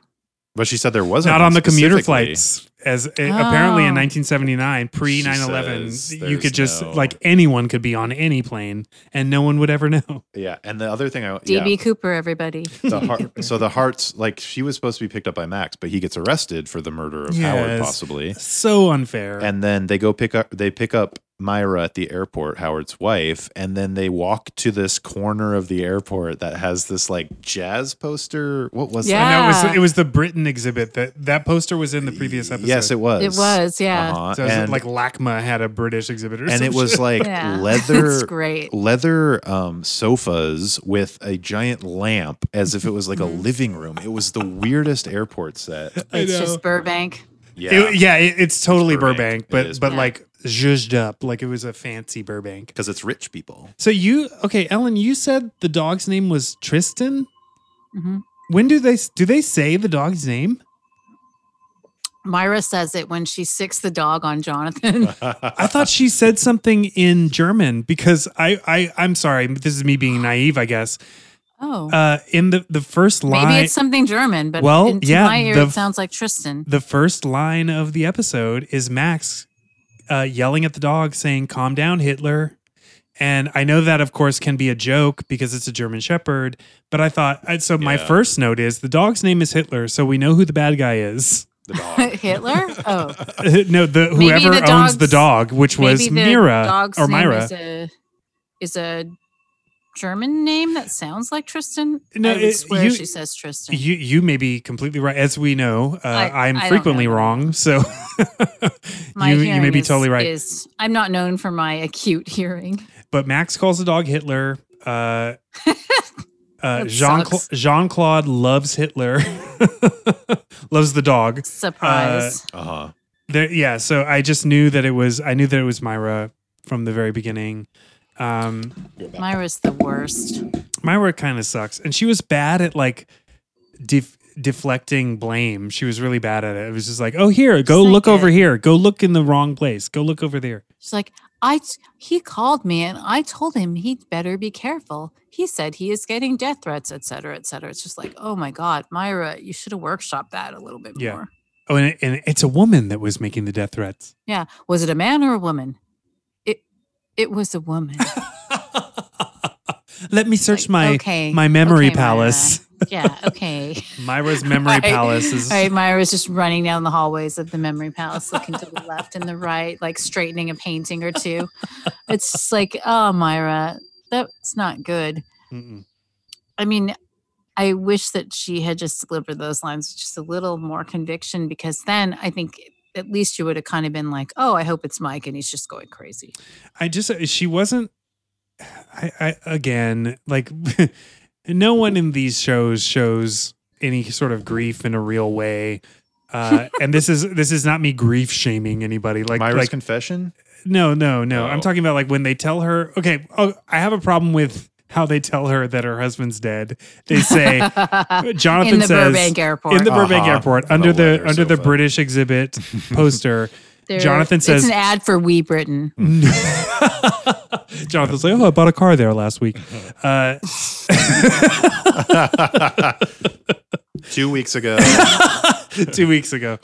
[SPEAKER 3] but she said there wasn't
[SPEAKER 1] not
[SPEAKER 3] one
[SPEAKER 1] on the commuter
[SPEAKER 3] specifically.
[SPEAKER 1] flights as uh, apparently in
[SPEAKER 2] Oh.
[SPEAKER 1] 1979 pre
[SPEAKER 3] She
[SPEAKER 1] 9/11
[SPEAKER 3] says
[SPEAKER 1] you could
[SPEAKER 3] there's
[SPEAKER 1] just
[SPEAKER 3] no-
[SPEAKER 1] like anyone could be on any plane and no one would ever know
[SPEAKER 3] Yeah, and the other thing I yeah,
[SPEAKER 2] DB Cooper, everybody.
[SPEAKER 3] the heart, so the hearts like she was supposed to be picked up by Max, but he gets arrested for the murder of Howard
[SPEAKER 1] Yes.
[SPEAKER 3] possibly.
[SPEAKER 1] so unfair
[SPEAKER 3] And then they go pick up they pick up Myra at the airport, Howard's wife, and then they walk to this corner of the airport that has this like jazz poster. What was
[SPEAKER 1] I
[SPEAKER 2] Yeah.
[SPEAKER 3] that?
[SPEAKER 1] know it was
[SPEAKER 2] Yeah.
[SPEAKER 1] it was the Britain exhibit that that poster was in the previous episode
[SPEAKER 3] Yes, it was.
[SPEAKER 2] It was, yeah.
[SPEAKER 3] Uh-huh.
[SPEAKER 1] so it was
[SPEAKER 3] and,
[SPEAKER 1] like LACMA had a British exhibit or
[SPEAKER 3] and it
[SPEAKER 1] some
[SPEAKER 3] was
[SPEAKER 1] shit.
[SPEAKER 3] like
[SPEAKER 2] Yeah. It's
[SPEAKER 3] leather
[SPEAKER 2] great.
[SPEAKER 3] leather um, sofas with a giant lamp as if it was like a
[SPEAKER 2] Mhm.
[SPEAKER 3] living room. It was the weirdest airport set.
[SPEAKER 1] I
[SPEAKER 2] It's
[SPEAKER 1] know.
[SPEAKER 2] just Burbank.
[SPEAKER 3] Yeah.
[SPEAKER 1] It- yeah it- it's totally
[SPEAKER 3] Burbank.
[SPEAKER 1] Burbank,
[SPEAKER 3] It is
[SPEAKER 1] but but
[SPEAKER 2] Burbank.
[SPEAKER 1] like zhuzhed up like it was a fancy Burbank
[SPEAKER 3] because it's rich people.
[SPEAKER 1] so you okay Ellen you said the dog's name was Tristan
[SPEAKER 2] Mhm.
[SPEAKER 1] when do they do they say the dog's name
[SPEAKER 2] Myra says it when she sicks the dog on Jonathan.
[SPEAKER 1] Uh, I thought she said something in German because I, I I'm sorry, this is me being naive, I guess.
[SPEAKER 2] Oh,
[SPEAKER 1] Uh, in the the first line,
[SPEAKER 2] maybe it's something German, but
[SPEAKER 1] Well,
[SPEAKER 2] well, in, to
[SPEAKER 1] yeah,
[SPEAKER 2] my ear,
[SPEAKER 1] the
[SPEAKER 2] it
[SPEAKER 1] f-
[SPEAKER 2] sounds like Tristan.
[SPEAKER 1] the first line of the episode is Max uh, yelling at the dog, saying "Calm down, Hitler." And I know that, of course, can be a joke because it's a German Shepherd. But I thought I- so. My
[SPEAKER 3] Yeah.
[SPEAKER 1] first note is the dog's name is Hitler, so we know who the bad guy is.
[SPEAKER 3] the dog.
[SPEAKER 2] Hitler? Oh,
[SPEAKER 1] no, the
[SPEAKER 2] Maybe
[SPEAKER 1] whoever
[SPEAKER 2] the
[SPEAKER 1] owns the
[SPEAKER 2] dog's-
[SPEAKER 1] dog, which was
[SPEAKER 2] maybe the
[SPEAKER 1] Mira
[SPEAKER 2] dog's
[SPEAKER 1] or
[SPEAKER 2] name
[SPEAKER 1] Myra.
[SPEAKER 2] Is a, is a German name that sounds like Tristan.
[SPEAKER 1] No,
[SPEAKER 2] I would
[SPEAKER 1] it-
[SPEAKER 2] swear
[SPEAKER 1] you-
[SPEAKER 2] she says Tristan.
[SPEAKER 1] You you may be completely right. As we know, uh, I,
[SPEAKER 2] I-
[SPEAKER 1] am
[SPEAKER 2] I don't
[SPEAKER 1] frequently
[SPEAKER 2] know.
[SPEAKER 1] wrong. So
[SPEAKER 2] my
[SPEAKER 1] you, you
[SPEAKER 2] hearing
[SPEAKER 1] may be
[SPEAKER 2] is-
[SPEAKER 1] totally right.
[SPEAKER 2] Is, I'm not known for my acute hearing.
[SPEAKER 1] but Max calls the dog Hitler. Uh, uh,
[SPEAKER 2] That
[SPEAKER 1] Jean Cla-
[SPEAKER 2] sucks.
[SPEAKER 1] Jean Claude loves Hitler, loves the dog.
[SPEAKER 2] Surprise.
[SPEAKER 3] Uh huh.
[SPEAKER 1] There, yeah, so I just knew that it was. I knew that it was Myra from the very beginning. Um,
[SPEAKER 2] Myra's the worst.
[SPEAKER 1] Myra kind of sucks, and she was bad at like def- deflecting blame. She was really bad at it. It was just like, oh, here, go
[SPEAKER 2] Just like
[SPEAKER 1] look over
[SPEAKER 2] it.
[SPEAKER 1] here, go look in the wrong place, go look over there.
[SPEAKER 2] She's like, I t- he called me and I told him he'd better be careful. He said he is getting death threats, et cetera, et cetera. It's just like, oh my God, Myra, you should have workshopped that a little bit
[SPEAKER 1] Yeah.
[SPEAKER 2] more.
[SPEAKER 1] Oh, and, and it's a woman that was making the death threats.
[SPEAKER 2] Yeah. Was it a man or a woman? It it was a woman.
[SPEAKER 1] Let me search
[SPEAKER 2] Like,
[SPEAKER 1] my
[SPEAKER 2] okay,
[SPEAKER 1] my memory
[SPEAKER 2] okay, Myra.
[SPEAKER 1] palace.
[SPEAKER 2] yeah, okay.
[SPEAKER 1] Myra's memory
[SPEAKER 2] Right.
[SPEAKER 1] palace is
[SPEAKER 2] All right, Myra's just running down the hallways of the memory palace, looking to the left and the right, like straightening a painting or two. It's just like, oh, Myra, that's not good.
[SPEAKER 1] Mm-mm.
[SPEAKER 2] I mean, I wish that she had just delivered those lines with just a little more conviction, because then I think at least you would have kind of been like, oh, I hope it's Mike and he's just going crazy.
[SPEAKER 1] I just uh, she wasn't. I, I again like no one in these shows shows any sort of grief in a real way. Uh, and this is this is not me grief shaming anybody. Like
[SPEAKER 3] Myra's
[SPEAKER 1] like
[SPEAKER 3] confession.
[SPEAKER 1] no no no. I'm
[SPEAKER 3] Oh.
[SPEAKER 1] talking about like when they tell her. Okay, oh, I have a problem with how they tell her that her husband's dead. They say Jonathan
[SPEAKER 2] in the
[SPEAKER 1] says
[SPEAKER 2] Burbank airport.
[SPEAKER 1] in the Burbank
[SPEAKER 3] Uh-huh.
[SPEAKER 1] airport
[SPEAKER 3] The
[SPEAKER 1] under the
[SPEAKER 3] weather
[SPEAKER 1] under the
[SPEAKER 3] sofa.
[SPEAKER 1] British exhibit poster.
[SPEAKER 2] There-
[SPEAKER 1] Jonathan says-
[SPEAKER 2] it's an ad for We Britain.
[SPEAKER 1] Jonathan's like, oh, I bought a car there last week. Uh,
[SPEAKER 3] Two weeks ago.
[SPEAKER 1] two weeks ago.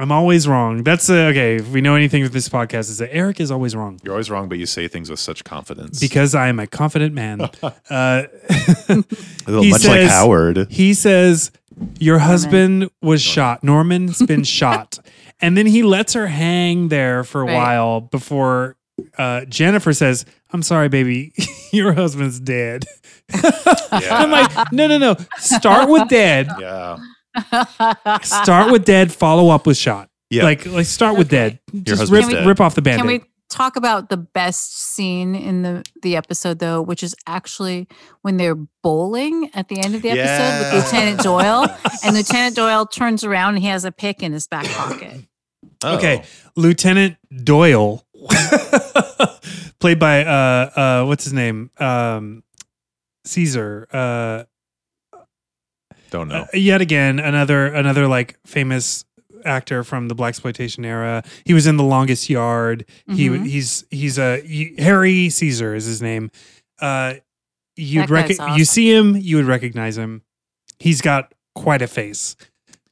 [SPEAKER 1] I'm always wrong. That's uh, okay. If we know anything with this podcast, is that Eric is always wrong
[SPEAKER 3] You're always wrong, but you say things with such confidence.
[SPEAKER 1] because I am a confident man. Uh,
[SPEAKER 3] A little
[SPEAKER 1] he
[SPEAKER 3] much like
[SPEAKER 1] says-
[SPEAKER 3] Howard.
[SPEAKER 1] he says, Your husband was shot. Norman's been shot. And then he lets her hang there for a
[SPEAKER 2] Right.
[SPEAKER 1] while before uh, Jennifer says, I'm sorry, baby. Your husband's dead. I'm like, no, no, no. Start with dead.
[SPEAKER 3] yeah.
[SPEAKER 1] Start with dead. Follow up with shot.
[SPEAKER 3] Yeah.
[SPEAKER 1] Like, like start with
[SPEAKER 2] Okay.
[SPEAKER 1] dead. Just
[SPEAKER 3] husband's
[SPEAKER 1] rip,
[SPEAKER 3] dead.
[SPEAKER 1] rip off the
[SPEAKER 2] Can we
[SPEAKER 1] band-aid.
[SPEAKER 2] talk about the best scene in the the episode though, which is actually when they're bowling at the end of the episode with
[SPEAKER 3] Yes.
[SPEAKER 2] Lieutenant Doyle, and Lieutenant Doyle turns around and he has a pick in his back pocket.
[SPEAKER 3] Oh.
[SPEAKER 1] Okay, Lieutenant Doyle, played by uh, uh, what's his name? Um, Caesar. Uh,
[SPEAKER 3] Don't know.
[SPEAKER 1] uh, yet again, another another like famous actor from the black exploitation era. He was in The Longest Yard.
[SPEAKER 2] Mhm.
[SPEAKER 1] He he's he's a he- Harry Caesar is his name. Uh, you'd
[SPEAKER 2] That guy's
[SPEAKER 1] rec- you
[SPEAKER 2] awesome.
[SPEAKER 1] see him, you would recognize him. He's got quite a face.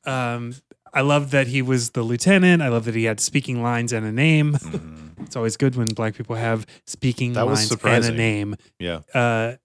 [SPEAKER 1] Um, I love that he was the lieutenant. I love that he had speaking lines and a name.
[SPEAKER 3] Mhm.
[SPEAKER 1] It's always good when black people have speaking
[SPEAKER 3] That was
[SPEAKER 1] lines and a
[SPEAKER 3] surprising.
[SPEAKER 1] name.
[SPEAKER 3] Yeah.
[SPEAKER 1] Uh,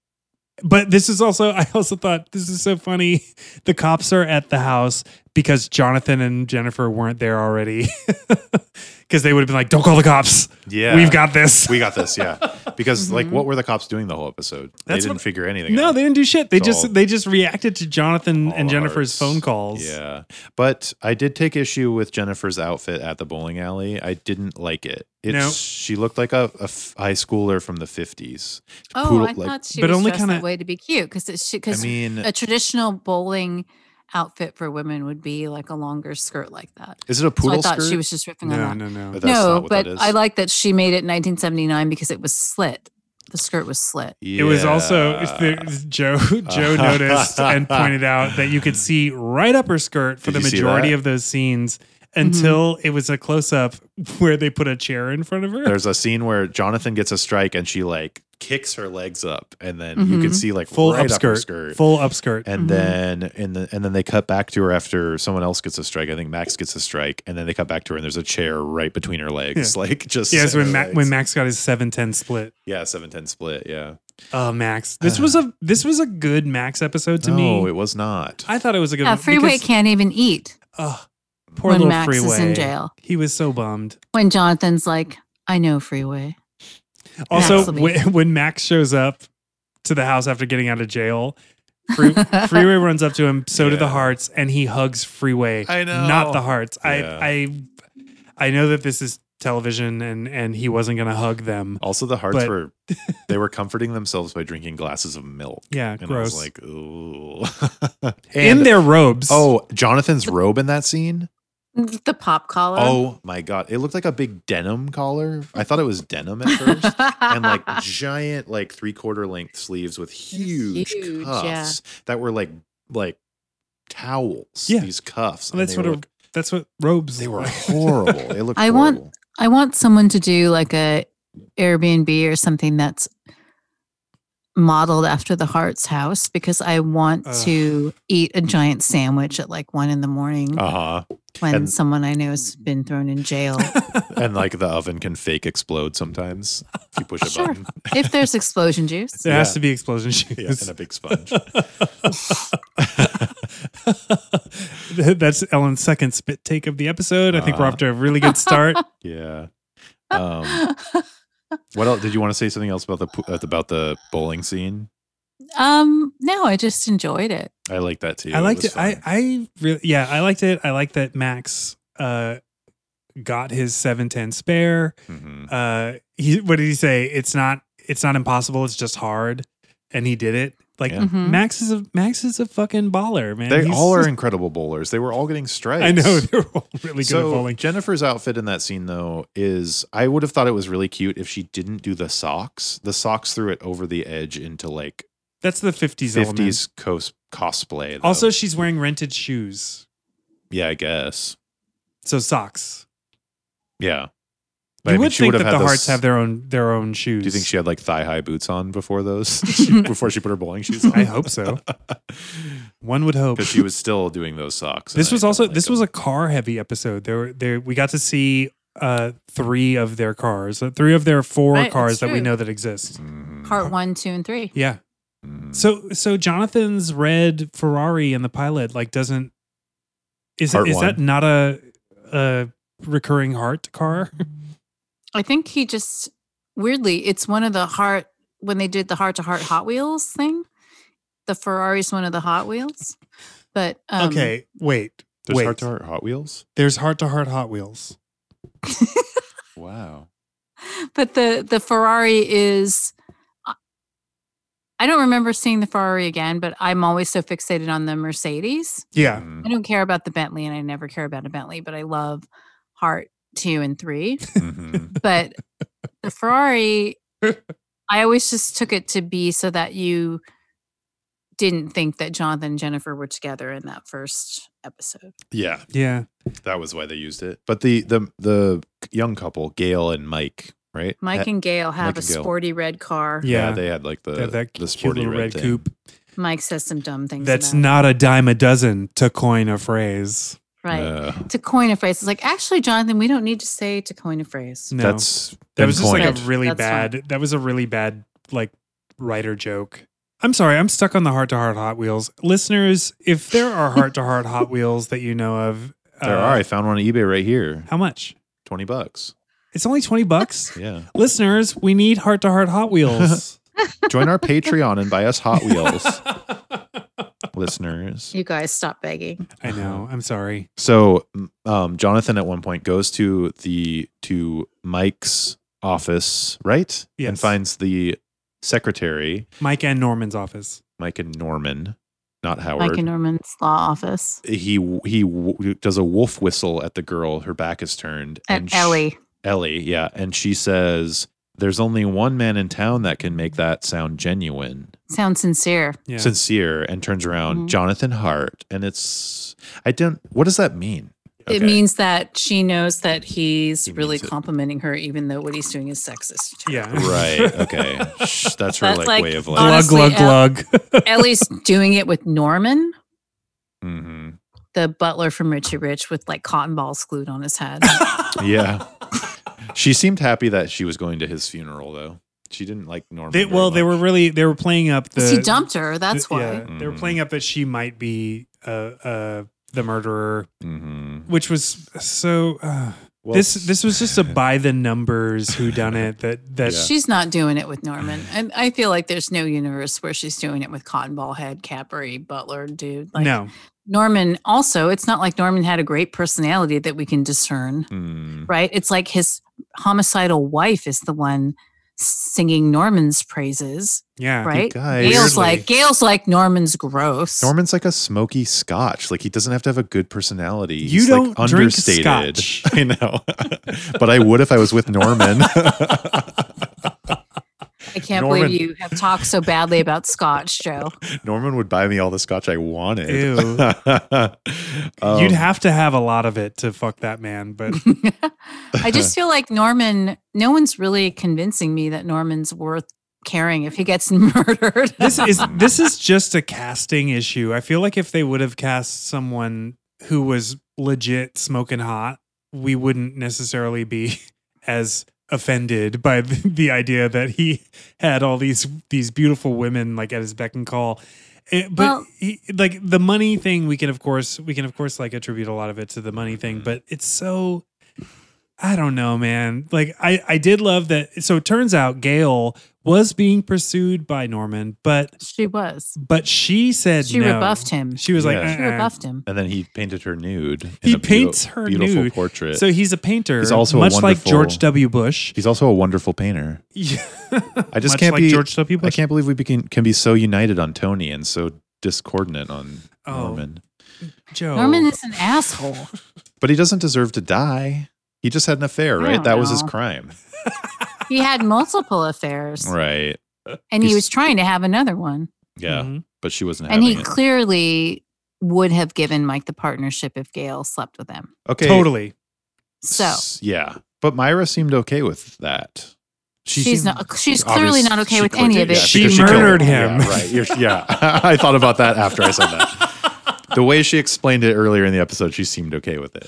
[SPEAKER 1] but this is also, I also thought this is so funny. The cops are at the house because Jonathan and Jennifer weren't there already. Because they would have been like, don't call the cops.
[SPEAKER 3] Yeah.
[SPEAKER 1] We've got this.
[SPEAKER 3] we got this. Yeah. Because like,
[SPEAKER 2] Mhm.
[SPEAKER 3] what were the cops doing the whole episode? they
[SPEAKER 1] That's
[SPEAKER 3] didn't
[SPEAKER 1] what-
[SPEAKER 3] figure anything.
[SPEAKER 1] no,
[SPEAKER 3] out.
[SPEAKER 1] they didn't do shit. They
[SPEAKER 3] It's all-
[SPEAKER 1] just they just reacted to Jonathan
[SPEAKER 3] All
[SPEAKER 1] and
[SPEAKER 3] the
[SPEAKER 1] Jennifer's
[SPEAKER 3] hearts.
[SPEAKER 1] phone calls.
[SPEAKER 3] Yeah. But I did take issue with Jennifer's outfit at the bowling alley. I didn't like it. It's
[SPEAKER 1] No.
[SPEAKER 3] she looked like a, a f- high schooler from the 50s.
[SPEAKER 2] Oh,
[SPEAKER 3] Poodle-
[SPEAKER 2] I
[SPEAKER 3] like-
[SPEAKER 2] thought she
[SPEAKER 1] But
[SPEAKER 2] was
[SPEAKER 1] only
[SPEAKER 2] dressed
[SPEAKER 1] kinda-
[SPEAKER 2] that way to be cute because it's
[SPEAKER 3] I
[SPEAKER 2] because
[SPEAKER 3] mean,
[SPEAKER 2] a traditional bowling outfit for women would be like a longer skirt like that.
[SPEAKER 3] is it
[SPEAKER 2] So
[SPEAKER 3] a
[SPEAKER 2] I
[SPEAKER 3] poodle
[SPEAKER 2] thought
[SPEAKER 3] skirt?
[SPEAKER 2] she was just riffing on
[SPEAKER 1] No,
[SPEAKER 2] that.
[SPEAKER 1] no, no.
[SPEAKER 3] But
[SPEAKER 2] no,
[SPEAKER 3] that's not what
[SPEAKER 2] but
[SPEAKER 3] that is.
[SPEAKER 2] I like that she made it in 1979 because it was slit. The skirt was slit.
[SPEAKER 1] It was also
[SPEAKER 3] Yeah.
[SPEAKER 1] the- Joe. Joe noticed and pointed out that you could see right up her skirt for
[SPEAKER 3] Did
[SPEAKER 1] the
[SPEAKER 3] you see
[SPEAKER 1] majority
[SPEAKER 3] that?
[SPEAKER 1] of those scenes
[SPEAKER 2] Mm-hmm.
[SPEAKER 1] until it was a close up where they put a chair in front of her.
[SPEAKER 3] There's a scene where Jonathan gets a strike and she like kicks her legs up, and then you can
[SPEAKER 2] Mhm.
[SPEAKER 3] see like
[SPEAKER 1] full
[SPEAKER 3] right up her
[SPEAKER 1] upskirt,
[SPEAKER 3] skirt.
[SPEAKER 1] full upskirt.
[SPEAKER 3] and
[SPEAKER 2] Mhm.
[SPEAKER 3] then in the and then they cut back to her after someone else gets a strike. I think Max gets a strike, and then they cut back to her, and there's a chair right between her legs, like just
[SPEAKER 1] yes, when
[SPEAKER 3] her
[SPEAKER 1] Ma-
[SPEAKER 3] legs.
[SPEAKER 1] when Max got his seven ten split.
[SPEAKER 3] yeah seven ten split yeah
[SPEAKER 1] Oh, Max, this was a this was a good Max episode to
[SPEAKER 3] no
[SPEAKER 1] me.
[SPEAKER 3] it was not
[SPEAKER 1] I thought it was a good
[SPEAKER 2] Yeah,
[SPEAKER 1] one.
[SPEAKER 2] Freeway
[SPEAKER 1] because-
[SPEAKER 2] can't even eat
[SPEAKER 1] Ugh, poor
[SPEAKER 2] when
[SPEAKER 1] little
[SPEAKER 2] Max
[SPEAKER 1] Freeway
[SPEAKER 2] is in jail.
[SPEAKER 1] He was so bummed.
[SPEAKER 2] when Jonathan's like, I know Freeway.
[SPEAKER 1] Also,
[SPEAKER 2] Max will be-
[SPEAKER 1] when, when Max shows up to the house after getting out of jail, Free- Freeway runs up to him. So do the
[SPEAKER 3] Yeah.
[SPEAKER 1] hearts, and he hugs Freeway.
[SPEAKER 3] I know.
[SPEAKER 1] not the hearts.
[SPEAKER 3] Yeah.
[SPEAKER 1] I, I, I know that this is television and and he wasn't going to hug them.
[SPEAKER 3] Also, the hearts
[SPEAKER 1] But-
[SPEAKER 3] were they were comforting themselves by drinking glasses of milk.
[SPEAKER 1] Yeah,
[SPEAKER 3] and
[SPEAKER 1] gross.
[SPEAKER 3] I was like, ooh.
[SPEAKER 1] in
[SPEAKER 3] And-
[SPEAKER 1] their robes.
[SPEAKER 3] Oh, Jonathan's robe in that scene.
[SPEAKER 2] The pop collar.
[SPEAKER 3] Oh my god, it looked like a big denim collar. I thought it was denim at first, and like giant, like three quarter length sleeves with huge,
[SPEAKER 2] huge,
[SPEAKER 3] cuffs
[SPEAKER 2] yeah.
[SPEAKER 3] that were like like towels.
[SPEAKER 1] Yeah.
[SPEAKER 3] these cuffs.
[SPEAKER 1] Well,
[SPEAKER 3] and
[SPEAKER 1] that's
[SPEAKER 3] they
[SPEAKER 1] what a-
[SPEAKER 3] look-
[SPEAKER 1] that's what robes.
[SPEAKER 3] they
[SPEAKER 1] look
[SPEAKER 3] were
[SPEAKER 1] like.
[SPEAKER 3] horrible. It looked.
[SPEAKER 2] I want-
[SPEAKER 3] horrible.
[SPEAKER 2] I want someone to do like a Airbnb or something that's modeled after the Hart's house because I want
[SPEAKER 1] Ugh.
[SPEAKER 2] to eat a giant sandwich at like one in the morning
[SPEAKER 3] Uh huh.
[SPEAKER 2] when
[SPEAKER 3] and-
[SPEAKER 2] someone I know has been thrown in jail.
[SPEAKER 3] And like the oven can fake explode sometimes if you push a
[SPEAKER 2] Sure.
[SPEAKER 3] button.
[SPEAKER 2] if there's explosion juice,
[SPEAKER 1] there has
[SPEAKER 3] Yeah.
[SPEAKER 1] to be explosion shoes.
[SPEAKER 3] Yeah, and a big sponge.
[SPEAKER 1] That's Ellen's second spit take of the episode. I think we're
[SPEAKER 3] Uh-huh.
[SPEAKER 1] off to a really good start.
[SPEAKER 3] Yeah. Um, what else? Did you want to say something else about the po- uh, about the bowling scene?
[SPEAKER 2] um, no, I just enjoyed it.
[SPEAKER 3] I like that too.
[SPEAKER 1] I liked
[SPEAKER 3] was
[SPEAKER 1] it. I
[SPEAKER 3] fun.
[SPEAKER 1] I really yeah, I liked it. I liked that Max uh got his 710 spare.
[SPEAKER 3] Mhm.
[SPEAKER 1] Uh he what did he say? It's not it's not impossible, it's just hard. And he did it. Like
[SPEAKER 3] Yeah.
[SPEAKER 2] Mhm.
[SPEAKER 1] Max is a Max is a fucking baller, man.
[SPEAKER 3] They
[SPEAKER 1] He's-
[SPEAKER 3] all are incredible bowlers. They were all getting strikes.
[SPEAKER 1] I know they're all really good
[SPEAKER 3] so
[SPEAKER 1] at bowling.
[SPEAKER 3] Jennifer's outfit in that scene though is I would have thought it was really cute if she didn't do the socks. The socks threw it over the edge into like
[SPEAKER 1] That's the 50s, element.
[SPEAKER 3] 50s cos- cosplay. though.
[SPEAKER 1] Also she's wearing rented shoes.
[SPEAKER 3] yeah, I guess.
[SPEAKER 1] So socks.
[SPEAKER 3] Yeah.
[SPEAKER 1] You would think that the hearts have
[SPEAKER 3] their.
[SPEAKER 1] their own their own shoes.
[SPEAKER 3] Do you think she had like thigh high boots on before those? before she put her bowling shoes on?
[SPEAKER 1] I hope so. One would hope.
[SPEAKER 3] Because she was still doing those socks. and
[SPEAKER 1] This
[SPEAKER 3] I
[SPEAKER 1] was
[SPEAKER 3] don't
[SPEAKER 1] also
[SPEAKER 3] like
[SPEAKER 1] this
[SPEAKER 3] them.
[SPEAKER 1] was a car heavy episode. There were there we got to see uh three of their cars, uh, three of their four
[SPEAKER 2] Right,
[SPEAKER 1] cars
[SPEAKER 2] that's
[SPEAKER 1] that we
[SPEAKER 2] true.
[SPEAKER 1] know that exist.
[SPEAKER 3] Mhm.
[SPEAKER 2] Part one, two, and three.
[SPEAKER 1] Yeah.
[SPEAKER 3] Mhm.
[SPEAKER 1] So so Jonathan's red Ferrari in the pilot like doesn't is
[SPEAKER 3] Part
[SPEAKER 1] is that
[SPEAKER 3] one.
[SPEAKER 1] not a a recurring heart car?
[SPEAKER 2] I think he just weirdly, it's one of the heart when they did the heart to heart Hot Wheels thing. The Ferrari's one of the Hot Wheels, but um,
[SPEAKER 1] wait.
[SPEAKER 3] There's
[SPEAKER 1] wait.
[SPEAKER 3] heart to heart Hot Wheels.
[SPEAKER 1] There's heart to heart Hot Wheels.
[SPEAKER 3] Wow.
[SPEAKER 2] But the the Ferrari is. I don't remember seeing the Ferrari again, but I'm always so fixated on the Mercedes.
[SPEAKER 1] Yeah.
[SPEAKER 3] Mhm.
[SPEAKER 2] I don't care about the Bentley, and I never care about a Bentley, but I love Heart two and three.
[SPEAKER 1] Mm-hmm.
[SPEAKER 3] Mhm.
[SPEAKER 2] but the Ferrari, I always just took it to be so that you didn't think that Jonathan and Jennifer were together in that first episode.
[SPEAKER 3] yeah,
[SPEAKER 1] Yeah.
[SPEAKER 3] that was why they used it. But the the the young couple, Gail and Mike, right?
[SPEAKER 2] Mike and Gail have a
[SPEAKER 3] and Gail.
[SPEAKER 2] sporty red car.
[SPEAKER 1] Yeah.
[SPEAKER 3] they had like the
[SPEAKER 1] They have that
[SPEAKER 3] the
[SPEAKER 1] cute
[SPEAKER 3] sporty
[SPEAKER 1] little red
[SPEAKER 3] thing.
[SPEAKER 1] coupe.
[SPEAKER 2] Mike says some dumb things.
[SPEAKER 1] That's
[SPEAKER 2] about
[SPEAKER 1] not a dime a dozen to coin a phrase.
[SPEAKER 2] it. right.
[SPEAKER 3] Yeah.
[SPEAKER 2] To coin a phrase, it's like actually, Jonathan, we don't need to say to coin a phrase.
[SPEAKER 1] No.
[SPEAKER 3] That's
[SPEAKER 1] That was just like a
[SPEAKER 2] coined.
[SPEAKER 1] really
[SPEAKER 2] That's
[SPEAKER 1] bad. That was a really bad like writer joke. I'm sorry, I'm stuck on the heart to heart Hot Wheels. Listeners, if there are heart to heart Hot Wheels that you know of,
[SPEAKER 3] there
[SPEAKER 1] uh,
[SPEAKER 3] are. I found one on eBay right here.
[SPEAKER 1] How much?
[SPEAKER 3] Twenty bucks.
[SPEAKER 1] It's only 20 bucks.
[SPEAKER 3] Yeah.
[SPEAKER 1] Listeners, we need heart to heart Hot Wheels.
[SPEAKER 3] Join our Patreon and buy us Hot Wheels, listeners.
[SPEAKER 2] You guys stop begging.
[SPEAKER 1] I know. I'm sorry.
[SPEAKER 3] So m- um, Jonathan at one point goes to the to Mike's office, right? And
[SPEAKER 1] Yes.
[SPEAKER 3] finds the secretary,
[SPEAKER 1] Mike and Norman's office.
[SPEAKER 3] Mike and Norman, not Howard.
[SPEAKER 2] Mike and Norman's law office
[SPEAKER 3] he he w- does a wolf whistle at the girl. Her back is turned.
[SPEAKER 2] at
[SPEAKER 3] sh-
[SPEAKER 2] Ellie.
[SPEAKER 3] Ellie, yeah, and she says, "There's only one man in town that can make that sound genuine."
[SPEAKER 2] Sounds sincere.
[SPEAKER 1] Yeah.
[SPEAKER 3] sincere and turns around
[SPEAKER 2] Mhm.
[SPEAKER 3] Jonathan Hart and it's I don't what does that mean?
[SPEAKER 2] It
[SPEAKER 3] Okay.
[SPEAKER 2] means that she knows that he's
[SPEAKER 3] He
[SPEAKER 2] really
[SPEAKER 3] means it.
[SPEAKER 2] complimenting her, even though what he's doing is sexist.
[SPEAKER 1] yeah.
[SPEAKER 3] right. Okay. Shh, that's her
[SPEAKER 2] That's
[SPEAKER 3] like,
[SPEAKER 2] like
[SPEAKER 3] way of
[SPEAKER 2] honest-
[SPEAKER 3] life.
[SPEAKER 1] Glug,
[SPEAKER 2] Honestly,
[SPEAKER 1] glug,
[SPEAKER 2] El-
[SPEAKER 1] glug.
[SPEAKER 2] Ellie's doing it with Norman,
[SPEAKER 3] hmm
[SPEAKER 2] the butler from Richie Rich, with like cotton balls glued on his head.
[SPEAKER 3] Yeah. She seemed happy that she was going to his funeral though. She didn't like Norman.
[SPEAKER 1] They,
[SPEAKER 3] very
[SPEAKER 1] well, they
[SPEAKER 3] much.
[SPEAKER 1] were really, they were playing up the.
[SPEAKER 2] 'Cause he dumped her. That's
[SPEAKER 1] the-
[SPEAKER 2] why.
[SPEAKER 1] yeah, They were
[SPEAKER 3] Mhm.
[SPEAKER 1] playing up that she might be uh, uh, the murderer,
[SPEAKER 3] Mhm.
[SPEAKER 1] which was so. Uh,
[SPEAKER 3] Well,
[SPEAKER 1] this this was just a by the numbers who done it that that
[SPEAKER 3] Yeah.
[SPEAKER 2] She's not doing it with Norman. And I feel like there's no universe where she's doing it with cotton ball head, Capri, butler, dude. Like
[SPEAKER 1] no
[SPEAKER 2] Norman also, it's not like Norman had a great personality that we can discern,
[SPEAKER 3] mm,
[SPEAKER 2] right? It's like his homicidal wife is the one singing Norman's praises,
[SPEAKER 1] Yeah.
[SPEAKER 2] right?
[SPEAKER 3] guys.
[SPEAKER 2] Gail's
[SPEAKER 3] Weirdly.
[SPEAKER 2] like Gail's like Norman's gross.
[SPEAKER 3] Norman's like a smoky Scotch. Like he doesn't have to have a good personality.
[SPEAKER 1] You
[SPEAKER 3] He's
[SPEAKER 1] don't
[SPEAKER 3] like
[SPEAKER 1] drink
[SPEAKER 3] understated.
[SPEAKER 1] Scotch.
[SPEAKER 3] I know, but I would if I was with Norman.
[SPEAKER 2] I can't
[SPEAKER 3] Norman-
[SPEAKER 2] believe you have talked so badly about Scotch, Joe.
[SPEAKER 3] Norman would buy me all the Scotch I wanted.
[SPEAKER 1] Ew.
[SPEAKER 3] Um,
[SPEAKER 1] You'd have to have a lot of it to fuck that man, but
[SPEAKER 2] I just feel like Norman, no one's really convincing me that Norman's worth caring if he gets murdered.
[SPEAKER 1] this is this is just a casting issue. I feel like if they would have cast someone who was legit smoking hot, we wouldn't necessarily be as offended by the, the idea that he had all these these beautiful women like at his beck and call. It- but
[SPEAKER 2] Well-
[SPEAKER 1] he, like the money thing, we can of course we can of course like attribute a lot of it to the money thing, but it's so I don't know, man. Like I I did love that. So it turns out Gail was being pursued by Norman, but
[SPEAKER 2] she was.
[SPEAKER 1] but she said
[SPEAKER 2] She
[SPEAKER 1] no.
[SPEAKER 2] rebuffed him. She,
[SPEAKER 1] She was like,
[SPEAKER 3] Yeah.
[SPEAKER 1] "Uh-uh."
[SPEAKER 2] rebuffed him.
[SPEAKER 3] and then he painted her nude. in
[SPEAKER 1] He
[SPEAKER 3] a beau-
[SPEAKER 1] paints her
[SPEAKER 3] beautiful
[SPEAKER 1] nude.
[SPEAKER 3] portrait.
[SPEAKER 1] So he's a painter.
[SPEAKER 3] He's also a
[SPEAKER 1] much like
[SPEAKER 3] wonderful-
[SPEAKER 1] George W. Bush.
[SPEAKER 3] He's also a wonderful painter.
[SPEAKER 1] I
[SPEAKER 3] I just
[SPEAKER 1] much
[SPEAKER 3] can't
[SPEAKER 1] like
[SPEAKER 3] be
[SPEAKER 1] George W.
[SPEAKER 3] I
[SPEAKER 1] Bush.
[SPEAKER 3] can't believe we can, can be so united on Tony and so discordant on
[SPEAKER 1] Oh.
[SPEAKER 3] Norman.
[SPEAKER 1] Joe.
[SPEAKER 2] Norman is an asshole.
[SPEAKER 3] But he doesn't deserve to die. He just had an affair,
[SPEAKER 2] I
[SPEAKER 1] Oh,
[SPEAKER 3] right?
[SPEAKER 2] don't
[SPEAKER 3] That was his
[SPEAKER 2] know.
[SPEAKER 3] crime.
[SPEAKER 2] He had multiple affairs
[SPEAKER 3] Right.
[SPEAKER 2] and he
[SPEAKER 3] He's-
[SPEAKER 2] was trying to have another one.
[SPEAKER 3] Yeah.
[SPEAKER 1] Mhm.
[SPEAKER 3] But she wasn't
[SPEAKER 2] And
[SPEAKER 3] having
[SPEAKER 2] he
[SPEAKER 3] it.
[SPEAKER 2] clearly would have given Mike the partnership if Gail slept with him.
[SPEAKER 3] Okay.
[SPEAKER 1] Totally.
[SPEAKER 2] So
[SPEAKER 3] S- Yeah. But Myra seemed okay with that. She
[SPEAKER 2] she's
[SPEAKER 3] seemed
[SPEAKER 2] not she's
[SPEAKER 3] obvious-
[SPEAKER 2] clearly not okay
[SPEAKER 3] she
[SPEAKER 2] with
[SPEAKER 3] quit
[SPEAKER 2] any of it.
[SPEAKER 3] yeah,
[SPEAKER 1] She
[SPEAKER 3] because killed
[SPEAKER 1] murdered him.
[SPEAKER 3] Yeah, right. You're- yeah. I thought about that after I said that. the way she explained it earlier in the episode, she seemed okay with it.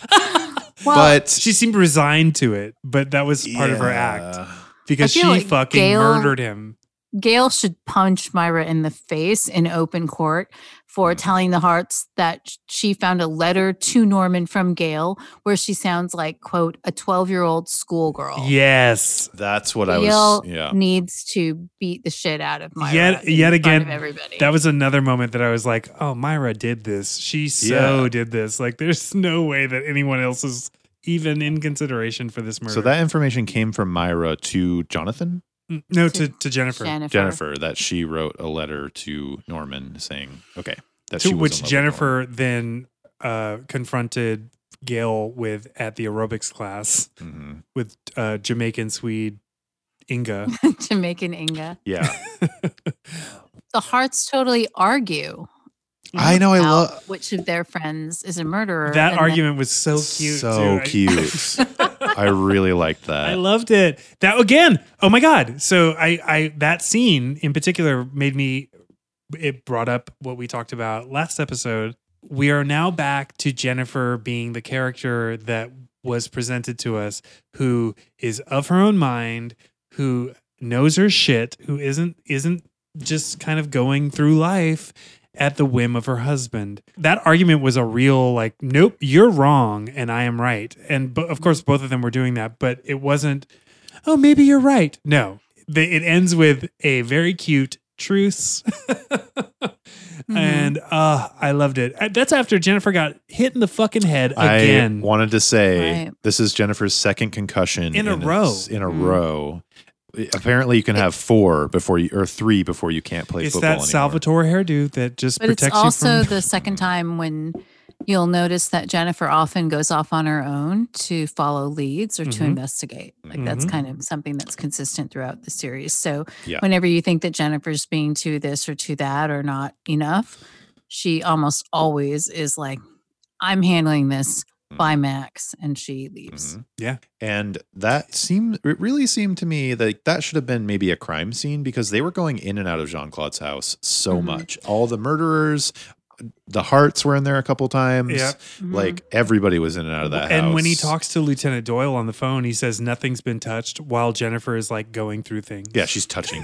[SPEAKER 2] well,
[SPEAKER 3] but
[SPEAKER 1] She seemed resigned to it, but that was part of her act
[SPEAKER 3] Yeah.
[SPEAKER 1] because
[SPEAKER 2] I
[SPEAKER 1] she
[SPEAKER 2] feel like
[SPEAKER 1] fucking
[SPEAKER 2] Gail-
[SPEAKER 1] murdered him.
[SPEAKER 2] Gail should punch Myra in the face in open court
[SPEAKER 1] Mm.
[SPEAKER 2] for telling the Hearts that sh- she found a letter to Norman from Gail where she sounds like, quote, a 12 year old schoolgirl.
[SPEAKER 1] Yes.
[SPEAKER 3] That's what I
[SPEAKER 2] Gail
[SPEAKER 3] was. Yeah.
[SPEAKER 2] needs to beat the shit out of Myra.
[SPEAKER 1] Yet-
[SPEAKER 2] in
[SPEAKER 1] yet
[SPEAKER 2] front
[SPEAKER 1] again,
[SPEAKER 2] of everybody.
[SPEAKER 1] That was another moment that I was like, oh, Myra did this. She so
[SPEAKER 3] Yeah.
[SPEAKER 1] did this. Like, there's no way that anyone else is even in consideration for this murder.
[SPEAKER 3] So that information came from Myra to Jonathan,
[SPEAKER 1] Mm, no, to, to Jennifer.
[SPEAKER 2] Jennifer.
[SPEAKER 3] Jennifer, that she wrote a letter to Norman saying, okay, that she
[SPEAKER 1] to
[SPEAKER 3] was in
[SPEAKER 1] which
[SPEAKER 3] love with
[SPEAKER 1] Jennifer then uh, confronted Gail with at the aerobics class
[SPEAKER 3] Norman. Mhm.
[SPEAKER 1] with uh, Jamaican Swede Inga.
[SPEAKER 2] Jamaican Inga.
[SPEAKER 3] Yeah.
[SPEAKER 2] The Hearts totally argue.
[SPEAKER 3] I know. I
[SPEAKER 2] about
[SPEAKER 3] love
[SPEAKER 2] which of their friends is a murderer.
[SPEAKER 1] that
[SPEAKER 2] and
[SPEAKER 1] argument was so cute.
[SPEAKER 3] So
[SPEAKER 1] too. I-
[SPEAKER 3] cute. I really liked that.
[SPEAKER 1] I loved it. That again. Oh my god. So I I that scene in particular made me it brought up what we talked about last episode. We are now back to Jennifer being the character that was presented to us who is of her own mind, who knows her shit, who isn't isn't just kind of going through life at the whim of her husband. That argument was a real like nope, you're wrong and I am right. And bo- of course both of them were doing that, but it wasn't oh maybe you're right. No. The, it ends with a very cute truce.
[SPEAKER 2] Mhm.
[SPEAKER 1] And uh I loved it. Uh, That's after Jennifer got hit in the fucking head again.
[SPEAKER 3] I wanted to say
[SPEAKER 2] Right.
[SPEAKER 3] this is Jennifer's second concussion
[SPEAKER 1] In a row.
[SPEAKER 3] In a
[SPEAKER 2] Mm.
[SPEAKER 3] row. Apparently, you can have four before you or three before you can't play
[SPEAKER 1] it's that
[SPEAKER 3] football anymore.
[SPEAKER 1] Salvatore hairdo that just
[SPEAKER 2] But it's
[SPEAKER 1] protects
[SPEAKER 2] also
[SPEAKER 1] you from
[SPEAKER 2] the second time when you'll notice that Jennifer often goes off on her own to follow leads or to
[SPEAKER 1] Mhm.
[SPEAKER 2] investigate. Like that's
[SPEAKER 1] Mhm.
[SPEAKER 2] kind of something that's consistent throughout the series. So
[SPEAKER 3] Yeah.
[SPEAKER 2] whenever you think that Jennifer's being too this or too that or not enough, she almost always is like, I'm handling this by Max, and she leaves.
[SPEAKER 3] Mhm.
[SPEAKER 1] Yeah.
[SPEAKER 3] And that seemed, it really seemed to me that that should have been maybe a crime scene because they were going in and out of Jean Claude's house so
[SPEAKER 2] Mhm.
[SPEAKER 3] much. All the murderers, the hearts were in there a couple times.
[SPEAKER 1] Yeah.
[SPEAKER 3] Mm-hmm.
[SPEAKER 2] Mm-hmm.
[SPEAKER 3] Like everybody was in and out of that house.
[SPEAKER 1] And when he talks to Lieutenant Doyle on the phone, he says nothing's been touched while Jennifer is like going through things.
[SPEAKER 3] Yeah, she's touching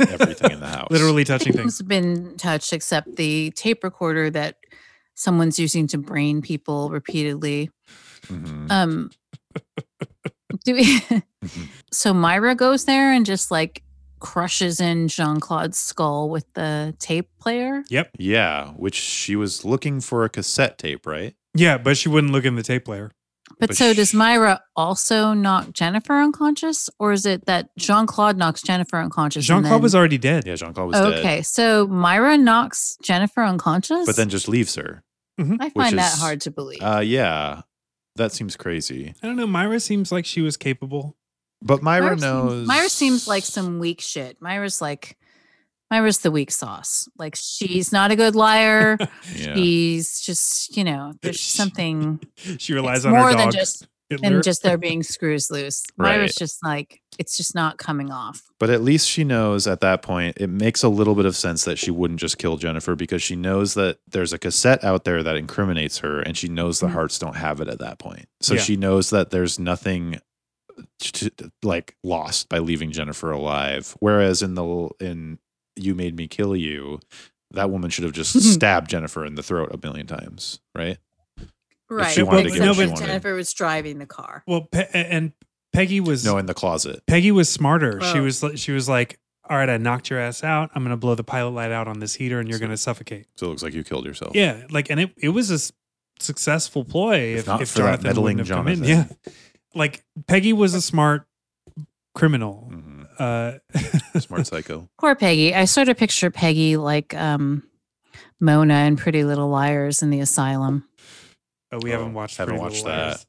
[SPEAKER 3] everything in the house.
[SPEAKER 1] literally touching things.
[SPEAKER 2] has been touched except the tape recorder that someone's using to brain people repeatedly.
[SPEAKER 3] Mhm.
[SPEAKER 2] Um, do we? so Myra goes there and just like crushes in Jean Claude's skull with the tape player.
[SPEAKER 1] Yep.
[SPEAKER 3] Yeah, which she was looking for a cassette tape, right?
[SPEAKER 1] Yeah, but she wouldn't look in the tape player.
[SPEAKER 2] But,
[SPEAKER 3] But
[SPEAKER 2] so does
[SPEAKER 3] sh-
[SPEAKER 2] Myra also knock Jennifer unconscious, or is it that Jean Claude knocks Jennifer unconscious?
[SPEAKER 1] Jean
[SPEAKER 2] and
[SPEAKER 1] Claude
[SPEAKER 2] then-
[SPEAKER 1] was already dead.
[SPEAKER 3] Yeah, Jean Claude was
[SPEAKER 2] okay.
[SPEAKER 3] dead,
[SPEAKER 2] So Myra knocks Jennifer unconscious,
[SPEAKER 3] but then just leaves her.
[SPEAKER 2] I
[SPEAKER 3] which
[SPEAKER 2] find that
[SPEAKER 3] is-
[SPEAKER 2] hard to believe.
[SPEAKER 3] Uh, yeah, that seems crazy.
[SPEAKER 1] I don't know. Myra seems like she was capable.
[SPEAKER 3] But Myra,
[SPEAKER 2] seems-
[SPEAKER 3] knows.
[SPEAKER 2] Myra seems like some weak shit. Myra's like, Myra's the weak sauce. Like she's not a good liar.
[SPEAKER 3] Yeah.
[SPEAKER 2] She's just, you know, there's something
[SPEAKER 1] She relies
[SPEAKER 2] it's
[SPEAKER 1] on
[SPEAKER 2] more
[SPEAKER 1] her dog.
[SPEAKER 2] than just
[SPEAKER 1] Hitler.
[SPEAKER 2] than just there being screws loose. Myra's
[SPEAKER 3] Right.
[SPEAKER 2] just like it's just not coming off.
[SPEAKER 3] But at least she knows at that point, it makes a little bit of sense that she wouldn't just kill Jennifer because she knows that there's a cassette out there that incriminates her and she knows the
[SPEAKER 2] Mhm.
[SPEAKER 3] hearts don't have it at that point. So
[SPEAKER 1] Mm-hmm. Yeah.
[SPEAKER 3] she knows that there's nothing t- t- like lost by leaving Jennifer alive. Whereas in the l- in You Made Me Kill You, that woman should have just stabbed Jennifer in the throat a million times, right?
[SPEAKER 2] Right.
[SPEAKER 3] she
[SPEAKER 1] wanted to get what she
[SPEAKER 2] Jennifer
[SPEAKER 3] wanted.
[SPEAKER 2] was driving the car.
[SPEAKER 1] well, Pe- and Peggy was
[SPEAKER 3] No, in the closet.
[SPEAKER 1] Peggy was smarter. She
[SPEAKER 2] Oh.
[SPEAKER 1] was li- she was like, "All right, I knocked your ass out. I'm gonna blow the pilot light out on this heater, and you're gonna suffocate."
[SPEAKER 3] So it looks like you killed yourself.
[SPEAKER 1] Yeah, like, and it, it was a s- successful ploy
[SPEAKER 3] If
[SPEAKER 1] if,
[SPEAKER 3] not
[SPEAKER 1] if
[SPEAKER 3] for that
[SPEAKER 1] Jonathan
[SPEAKER 3] meddling
[SPEAKER 1] wouldn't have come in. Yeah,
[SPEAKER 3] Jonathan.
[SPEAKER 1] like Peggy was a smart criminal.
[SPEAKER 3] Mhm.
[SPEAKER 1] Uh,
[SPEAKER 3] Smart psycho.
[SPEAKER 2] Poor Peggy. I sort of picture Peggy like um Mona and Pretty Little Liars in the asylum.
[SPEAKER 1] but we haven't
[SPEAKER 3] Oh,
[SPEAKER 1] watched.
[SPEAKER 3] haven't
[SPEAKER 1] Pretty
[SPEAKER 3] watched
[SPEAKER 1] Little Liars.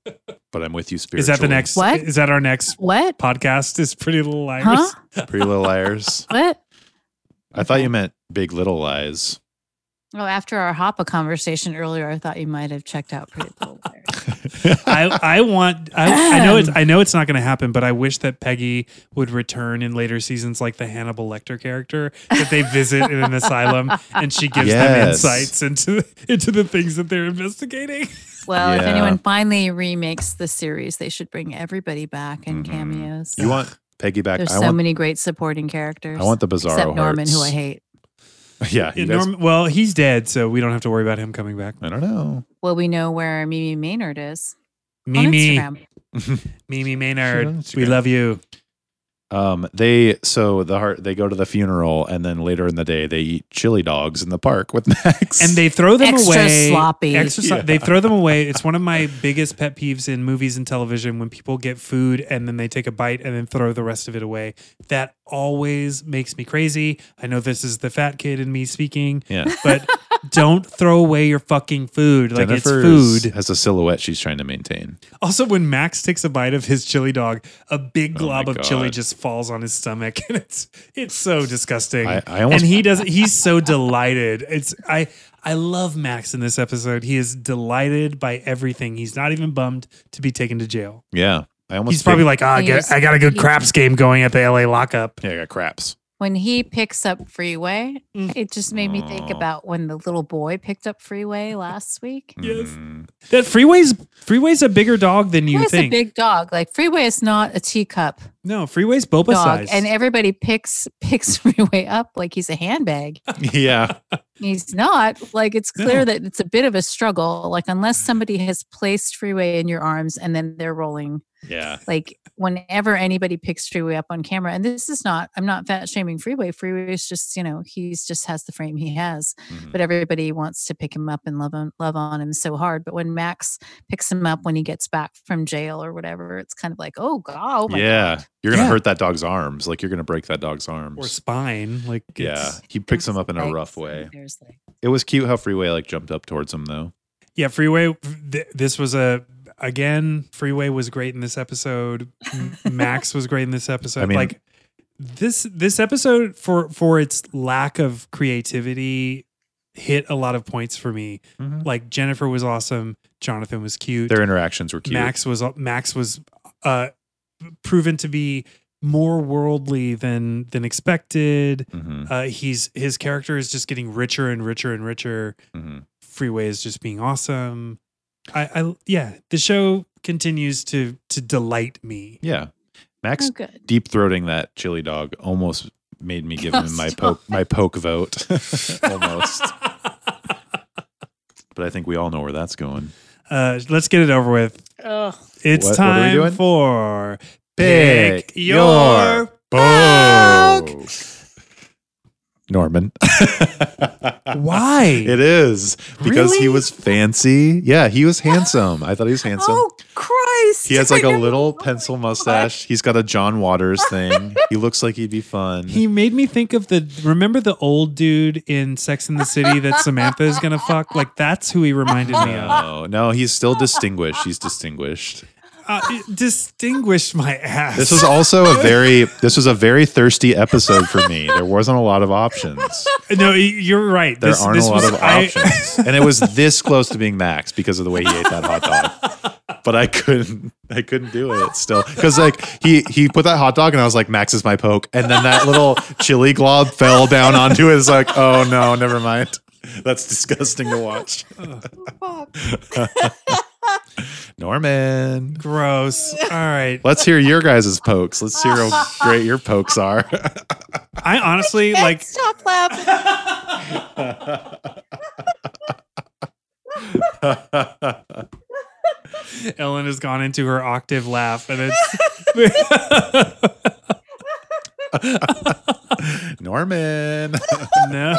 [SPEAKER 3] But I'm with you
[SPEAKER 1] Is that the
[SPEAKER 3] spiritually.
[SPEAKER 1] next?
[SPEAKER 2] What?
[SPEAKER 1] is that our next
[SPEAKER 2] What?
[SPEAKER 1] podcast? Is Pretty Little Liars?
[SPEAKER 2] Huh?
[SPEAKER 3] Pretty Little Liars.
[SPEAKER 2] What?
[SPEAKER 3] I thought you meant Big Little Lies.
[SPEAKER 2] Oh, after our Hoppa conversation earlier, I thought you might have checked out Pretty Little Liars.
[SPEAKER 1] I, I want I, I know it's I know it's not going to happen, but I wish that Peggy would return in later seasons like the Hannibal Lecter character that they visit in an asylum and she gives them
[SPEAKER 3] Yes.
[SPEAKER 1] insights into into the things that they're investigating.
[SPEAKER 2] Well, if
[SPEAKER 3] Yeah.
[SPEAKER 2] anyone finally remakes the series, they should bring everybody back in
[SPEAKER 3] Mhm.
[SPEAKER 1] Mm-hmm.
[SPEAKER 2] cameos.
[SPEAKER 3] you want Peggy back?
[SPEAKER 2] There's
[SPEAKER 3] I
[SPEAKER 2] so
[SPEAKER 3] want.
[SPEAKER 2] many great supporting characters.
[SPEAKER 3] I want the Bizarro
[SPEAKER 2] except Norman, who I
[SPEAKER 3] hearts.
[SPEAKER 2] hate.
[SPEAKER 3] Yeah, you
[SPEAKER 1] And
[SPEAKER 3] guys-
[SPEAKER 1] Norm, well, he's dead, so we don't have to worry about him coming back.
[SPEAKER 3] I don't know.
[SPEAKER 2] Well, we know where Mimi Maynard is
[SPEAKER 1] Mimi,
[SPEAKER 2] on Instagram.
[SPEAKER 1] Mimi
[SPEAKER 3] She's on
[SPEAKER 1] Maynard,
[SPEAKER 3] Instagram.
[SPEAKER 1] we love you.
[SPEAKER 3] Um, they so the heart they go to the funeral and then later in the day they eat chili dogs in the park with Max.
[SPEAKER 1] And they throw them
[SPEAKER 2] Extra
[SPEAKER 1] away.
[SPEAKER 2] sloppy.
[SPEAKER 1] Extra slo-
[SPEAKER 3] Yeah.
[SPEAKER 1] They throw them away. It's one of my biggest pet peeves in movies and television when people get food and then they take a bite and then throw the rest of it away. That always makes me crazy. I know this is the fat kid in me speaking,
[SPEAKER 3] yeah,
[SPEAKER 1] but don't throw away your fucking food. Like
[SPEAKER 3] Jennifer
[SPEAKER 1] it's
[SPEAKER 3] is-
[SPEAKER 1] food.
[SPEAKER 3] has a silhouette she's trying to maintain.
[SPEAKER 1] Also, when Max takes a bite of his chili dog, a big
[SPEAKER 3] Oh
[SPEAKER 1] glob
[SPEAKER 3] my
[SPEAKER 1] of chili
[SPEAKER 3] God.
[SPEAKER 1] just falls on his stomach, and it's it's so disgusting.
[SPEAKER 3] I, I almost
[SPEAKER 1] and he doesn't he's so delighted it's i i love max in this episode he is delighted by everything he's not even bummed to be taken to jail
[SPEAKER 3] yeah. I almost
[SPEAKER 1] he's probably
[SPEAKER 3] think-
[SPEAKER 1] like ah, I,
[SPEAKER 2] He
[SPEAKER 1] get,
[SPEAKER 2] is-
[SPEAKER 1] I got a good
[SPEAKER 2] he-
[SPEAKER 1] craps game going at the la lockup
[SPEAKER 3] yeah I got craps.
[SPEAKER 2] When he picks up Freeway,
[SPEAKER 1] Mm.
[SPEAKER 2] it just made me think
[SPEAKER 3] Aw.
[SPEAKER 2] about when the little boy picked up Freeway last week.
[SPEAKER 1] Yes.
[SPEAKER 3] Mhm.
[SPEAKER 1] that freeway's freeway's a bigger dog than you
[SPEAKER 2] Freeway's a
[SPEAKER 1] think
[SPEAKER 2] big dog. Like Freeway is not a teacup
[SPEAKER 1] no freeway's boba
[SPEAKER 2] dog,
[SPEAKER 1] size
[SPEAKER 2] and everybody picks picks Freeway up like he's a handbag.
[SPEAKER 3] yeah.
[SPEAKER 2] He's not. Like it's clear
[SPEAKER 1] No.
[SPEAKER 2] that it's a bit of a struggle. Like unless somebody has placed freeway in your arms and then they're rolling.
[SPEAKER 3] Yeah.
[SPEAKER 2] Like whenever anybody picks freeway up on camera, and this is not. I'm not fat shaming freeway. Freeway is just you know he's just has the frame he has.
[SPEAKER 3] Mhm.
[SPEAKER 2] But everybody wants to pick him up and love on love on him so hard. But when Max picks him up when he gets back from jail or whatever, it's kind of like oh god, oh my
[SPEAKER 3] yeah. You're gonna
[SPEAKER 1] Yeah.
[SPEAKER 3] hurt that dog's arms. Like you're gonna break that dog's arms.
[SPEAKER 1] or spine like
[SPEAKER 3] yeah.
[SPEAKER 1] it's-
[SPEAKER 3] He picks him
[SPEAKER 2] there's
[SPEAKER 3] up in a
[SPEAKER 2] legs
[SPEAKER 3] rough
[SPEAKER 2] and
[SPEAKER 3] way.
[SPEAKER 2] there's like-
[SPEAKER 3] It was cute how Freeway like jumped up towards him though.
[SPEAKER 1] yeah freeway th- this was a again freeway was great in this episode M- max was great in this episode
[SPEAKER 3] I mean-
[SPEAKER 1] like this this episode for for its lack of creativity hit a lot of points for me like jennifer was awesome jonathan was cute
[SPEAKER 3] Their interactions were cute.
[SPEAKER 1] max was max was uh proven to be more worldly than than expected
[SPEAKER 3] Mhm,
[SPEAKER 1] uh he's his character is just getting richer and richer and richer
[SPEAKER 3] mhm.
[SPEAKER 1] freeway is just being awesome i i yeah the show continues to to delight me
[SPEAKER 3] Yeah.
[SPEAKER 2] Oh,
[SPEAKER 3] Max
[SPEAKER 2] good.
[SPEAKER 3] deep throating that chili dog almost made me give him my
[SPEAKER 2] Stop.
[SPEAKER 3] poke my poke vote. almost. But I think we all know where that's going.
[SPEAKER 1] uh let's get it over with
[SPEAKER 2] Ugh.
[SPEAKER 1] it's
[SPEAKER 3] What- what are we
[SPEAKER 1] time
[SPEAKER 3] doing?
[SPEAKER 1] for
[SPEAKER 3] Pick your
[SPEAKER 1] poke.
[SPEAKER 3] Norman.
[SPEAKER 1] Why?
[SPEAKER 3] It is because he
[SPEAKER 2] Really?
[SPEAKER 3] was fancy. Yeah, he was handsome. I thought he was handsome.
[SPEAKER 2] oh Christ!
[SPEAKER 3] he has like
[SPEAKER 2] I
[SPEAKER 3] a
[SPEAKER 2] never-
[SPEAKER 3] little
[SPEAKER 2] oh,
[SPEAKER 3] pencil mustache. He's got a John Waters thing. he looks like he'd be fun.
[SPEAKER 1] He made me think of the remember the old dude in Sex in the City that Samantha is gonna fuck. Like that's who he reminded me of.
[SPEAKER 3] no, no, he's still distinguished. He's distinguished.
[SPEAKER 1] Uh, it distinguished my ass.
[SPEAKER 3] This was also a very this was a very thirsty episode for me. There wasn't a lot of options.
[SPEAKER 1] no, y- you're right.
[SPEAKER 3] There
[SPEAKER 1] this,
[SPEAKER 3] aren't
[SPEAKER 1] this
[SPEAKER 3] a lot
[SPEAKER 1] was,
[SPEAKER 3] of
[SPEAKER 1] I-
[SPEAKER 3] options, and it was this close to being Max because of the way he ate that hot dog. But I couldn't, I couldn't do it still because like he he put that hot dog and I was like Max is my poke, and then that little chili glob fell down onto it. It's like oh no, never mind. That's disgusting to watch.
[SPEAKER 2] fuck.
[SPEAKER 3] Norman,
[SPEAKER 1] Gross. All right.
[SPEAKER 3] let's hear your guys' pokes. Let's hear how great your pokes are.
[SPEAKER 1] I honestly like.
[SPEAKER 2] Stop laughing.
[SPEAKER 1] Ellen has gone into her octave laugh, and it's
[SPEAKER 3] Norman.
[SPEAKER 1] no.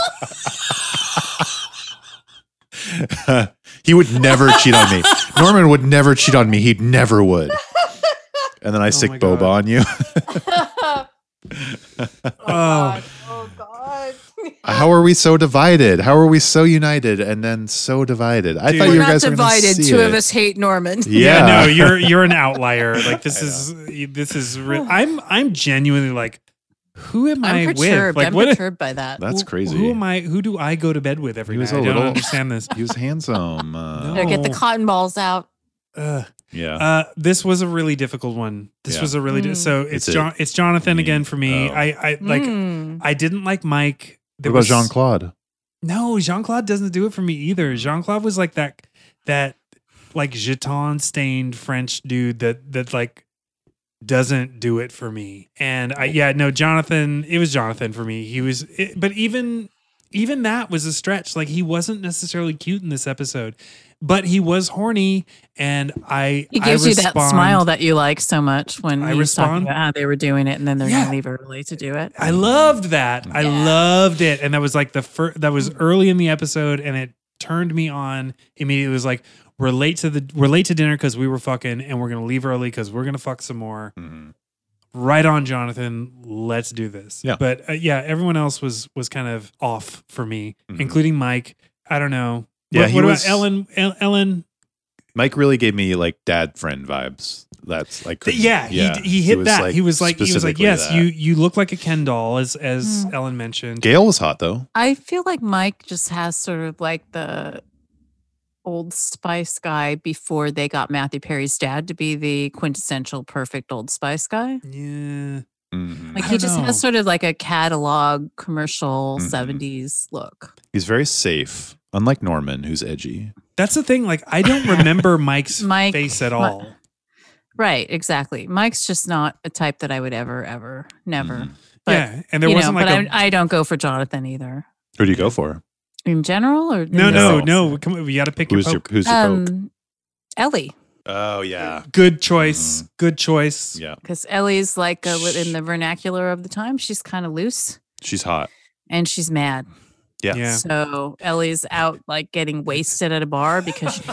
[SPEAKER 3] he would never cheat on me. Norman would never cheat on me. He never would. And then I sick
[SPEAKER 1] Oh my God.
[SPEAKER 3] boba on you.
[SPEAKER 2] oh,
[SPEAKER 1] Oh,
[SPEAKER 2] oh God.
[SPEAKER 3] How are we so divided? How are we so united and then so divided? I
[SPEAKER 1] Dude.
[SPEAKER 3] thought
[SPEAKER 1] We're
[SPEAKER 2] We're
[SPEAKER 3] you
[SPEAKER 2] not
[SPEAKER 3] guys
[SPEAKER 2] divided.
[SPEAKER 3] Were
[SPEAKER 2] Two of us hate Norman.
[SPEAKER 1] yeah.
[SPEAKER 3] Yeah.
[SPEAKER 1] No, you're you're an outlier. Like this is this is. Re- I'm I'm genuinely like, who am
[SPEAKER 2] I'm
[SPEAKER 1] I with?
[SPEAKER 2] perturbed.
[SPEAKER 1] Like
[SPEAKER 2] I'm
[SPEAKER 1] what?
[SPEAKER 2] perturbed by that.
[SPEAKER 3] That's
[SPEAKER 1] who-
[SPEAKER 3] crazy.
[SPEAKER 1] Who am I? Who do I go to bed with every
[SPEAKER 3] He was
[SPEAKER 1] night? I
[SPEAKER 3] a
[SPEAKER 1] don't
[SPEAKER 3] little-
[SPEAKER 1] understand this.
[SPEAKER 3] He was handsome. Uh,
[SPEAKER 2] Better get the
[SPEAKER 1] No.
[SPEAKER 2] cotton balls out.
[SPEAKER 1] Ugh.
[SPEAKER 3] Yeah.
[SPEAKER 1] Uh, this was a really difficult one. This
[SPEAKER 3] Yeah.
[SPEAKER 1] was a really di-
[SPEAKER 2] Mm.
[SPEAKER 1] so it's
[SPEAKER 3] It's a-
[SPEAKER 1] John, it's Jonathan
[SPEAKER 3] Me.
[SPEAKER 1] again for me.
[SPEAKER 3] Oh.
[SPEAKER 1] I I like
[SPEAKER 2] Mm.
[SPEAKER 1] I didn't like Mike.
[SPEAKER 3] what
[SPEAKER 1] There
[SPEAKER 3] about
[SPEAKER 1] was-
[SPEAKER 3] Jean Claude?
[SPEAKER 1] No, Jean Claude doesn't do it for me either. Jean Claude was like that that like jeton stained French dude that that like doesn't do it for me. And I yeah no Jonathan. It was Jonathan for me. He was it, but even even that was a stretch. Like he wasn't necessarily cute in this episode, but he was horny, and I
[SPEAKER 2] He
[SPEAKER 1] I
[SPEAKER 2] gives you that
[SPEAKER 1] respond-
[SPEAKER 2] smile that you like so much when
[SPEAKER 1] I
[SPEAKER 2] I was
[SPEAKER 1] respond-
[SPEAKER 2] talking about how they were doing it and then they're
[SPEAKER 1] Yeah.
[SPEAKER 2] gonna leave early to do it.
[SPEAKER 1] I loved that. I
[SPEAKER 2] Yeah.
[SPEAKER 1] loved it. And that was like the first, that was early in the episode and it turned me on immediately. It was like, we're late to the, we're late to dinner because we were fucking and we're going to leave early because we're going to fuck some more.
[SPEAKER 3] Mhm.
[SPEAKER 1] Right on, Jonathan. Let's do this.
[SPEAKER 3] Yeah.
[SPEAKER 1] But uh, yeah, everyone else was, was kind of off for me,
[SPEAKER 3] Mhm.
[SPEAKER 1] including Mike. I don't know.
[SPEAKER 3] Yeah,
[SPEAKER 1] What,
[SPEAKER 3] he
[SPEAKER 1] what
[SPEAKER 3] was-
[SPEAKER 1] about Ellen? El- Ellen?
[SPEAKER 3] Mike really gave me like dad friend vibes. That's like
[SPEAKER 1] Th- yeah, He, he hit
[SPEAKER 3] was,
[SPEAKER 1] that.
[SPEAKER 3] like,
[SPEAKER 1] he was like, he was like,
[SPEAKER 3] specifically
[SPEAKER 1] yes,
[SPEAKER 3] that.
[SPEAKER 1] you, you look like a Ken doll as, as
[SPEAKER 2] Mm.
[SPEAKER 1] Ellen mentioned.
[SPEAKER 3] Gail was hot though.
[SPEAKER 2] I feel like Mike just has sort of like the old spice guy before they got Matthew Perry's dad to be the quintessential perfect old spice guy.
[SPEAKER 1] Yeah.
[SPEAKER 3] Mhm.
[SPEAKER 2] Like
[SPEAKER 1] I
[SPEAKER 2] he
[SPEAKER 1] don't
[SPEAKER 2] just
[SPEAKER 1] know. Mm-hmm.
[SPEAKER 2] has sort of like a catalog commercial
[SPEAKER 3] Mhm.
[SPEAKER 2] 70s look.
[SPEAKER 3] He's very safe, unlike Norman, who's edgy.
[SPEAKER 1] That's the thing. Like, I don't remember Mike's
[SPEAKER 2] Mike-
[SPEAKER 1] face at
[SPEAKER 2] Mi-
[SPEAKER 1] all.
[SPEAKER 2] Right, exactly. Mike's just not a type that I would ever, ever, never.
[SPEAKER 3] Mhm.
[SPEAKER 2] But
[SPEAKER 1] yeah, and Mm-hmm. there
[SPEAKER 2] you
[SPEAKER 1] wasn't
[SPEAKER 2] know,
[SPEAKER 1] like
[SPEAKER 2] but
[SPEAKER 1] a
[SPEAKER 2] I I I don't go for Jonathan either.
[SPEAKER 3] Who do you go for?
[SPEAKER 2] In general or
[SPEAKER 1] no,
[SPEAKER 2] in
[SPEAKER 1] no,
[SPEAKER 2] this-
[SPEAKER 1] no. Come on, we got to pick your
[SPEAKER 3] Who's your
[SPEAKER 1] poke.
[SPEAKER 3] who's your poke?
[SPEAKER 2] Um Ellie.
[SPEAKER 3] Oh yeah,
[SPEAKER 1] Good choice.
[SPEAKER 3] Mhm.
[SPEAKER 1] Good choice.
[SPEAKER 3] yeah.
[SPEAKER 2] Because Ellie's like uh, what-
[SPEAKER 3] Sh-
[SPEAKER 2] in the vernacular of the time, she's kind of loose
[SPEAKER 3] She's hot.
[SPEAKER 2] and she's mad.
[SPEAKER 3] Yeah.
[SPEAKER 1] Yeah.
[SPEAKER 2] So Ellie's out like getting wasted at a bar because she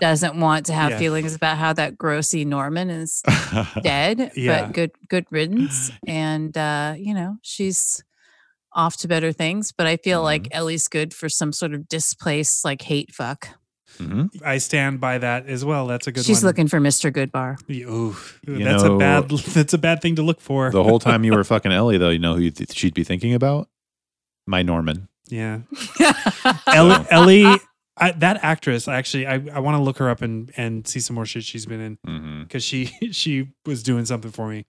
[SPEAKER 2] doesn't want to have
[SPEAKER 1] Yeah.
[SPEAKER 2] feelings about how that grossy Norman is
[SPEAKER 3] Mm-hmm.
[SPEAKER 2] dead.
[SPEAKER 1] Yeah.
[SPEAKER 2] But good good riddance. And uh, you know, she's off to better things. But I feel like
[SPEAKER 1] Mm-hmm.
[SPEAKER 2] Ellie's good for some sort of displaced like hate fuck.
[SPEAKER 3] Mhm.
[SPEAKER 1] I stand by that as well. That's a good
[SPEAKER 2] she's
[SPEAKER 1] one.
[SPEAKER 2] looking for Mr. Goodbar.
[SPEAKER 1] looking. Oof,
[SPEAKER 3] You
[SPEAKER 1] that's a
[SPEAKER 3] know-
[SPEAKER 1] bad. That's a bad thing to look for.
[SPEAKER 3] The whole time you were fucking Ellie, though, you know who you th- she'd be thinking about? My Norman.
[SPEAKER 1] yeah, Ellie.
[SPEAKER 3] So-
[SPEAKER 1] Ellie I, that actress, actually, I, I want to look her up and, and see some more shit she's been in
[SPEAKER 3] hmm
[SPEAKER 1] because she she was doing something for me.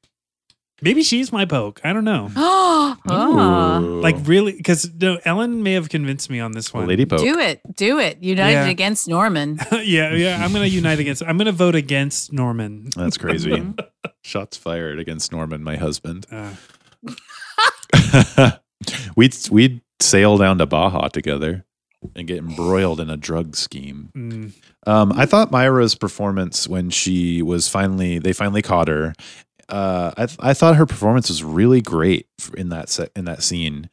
[SPEAKER 1] Maybe she's my poke. I don't know.
[SPEAKER 2] oh,
[SPEAKER 1] Like really, because no, Ellen may have convinced me on this one.
[SPEAKER 3] Lady Pope.
[SPEAKER 2] do it. Do it. United
[SPEAKER 1] Yeah.
[SPEAKER 2] against Norman.
[SPEAKER 1] yeah, yeah. I'm gonna unite against. I'm gonna vote against Norman.
[SPEAKER 3] That's crazy.
[SPEAKER 2] Mhm.
[SPEAKER 3] Shots fired against Norman, my husband.
[SPEAKER 1] Uh,
[SPEAKER 3] we'd we'd sail down to Baja together and get embroiled in a drug scheme.
[SPEAKER 1] mm.
[SPEAKER 3] Um, I thought Myra's performance when she was finally they finally caught her. Uh, I th- I thought her performance was really great f- in that set in that scene.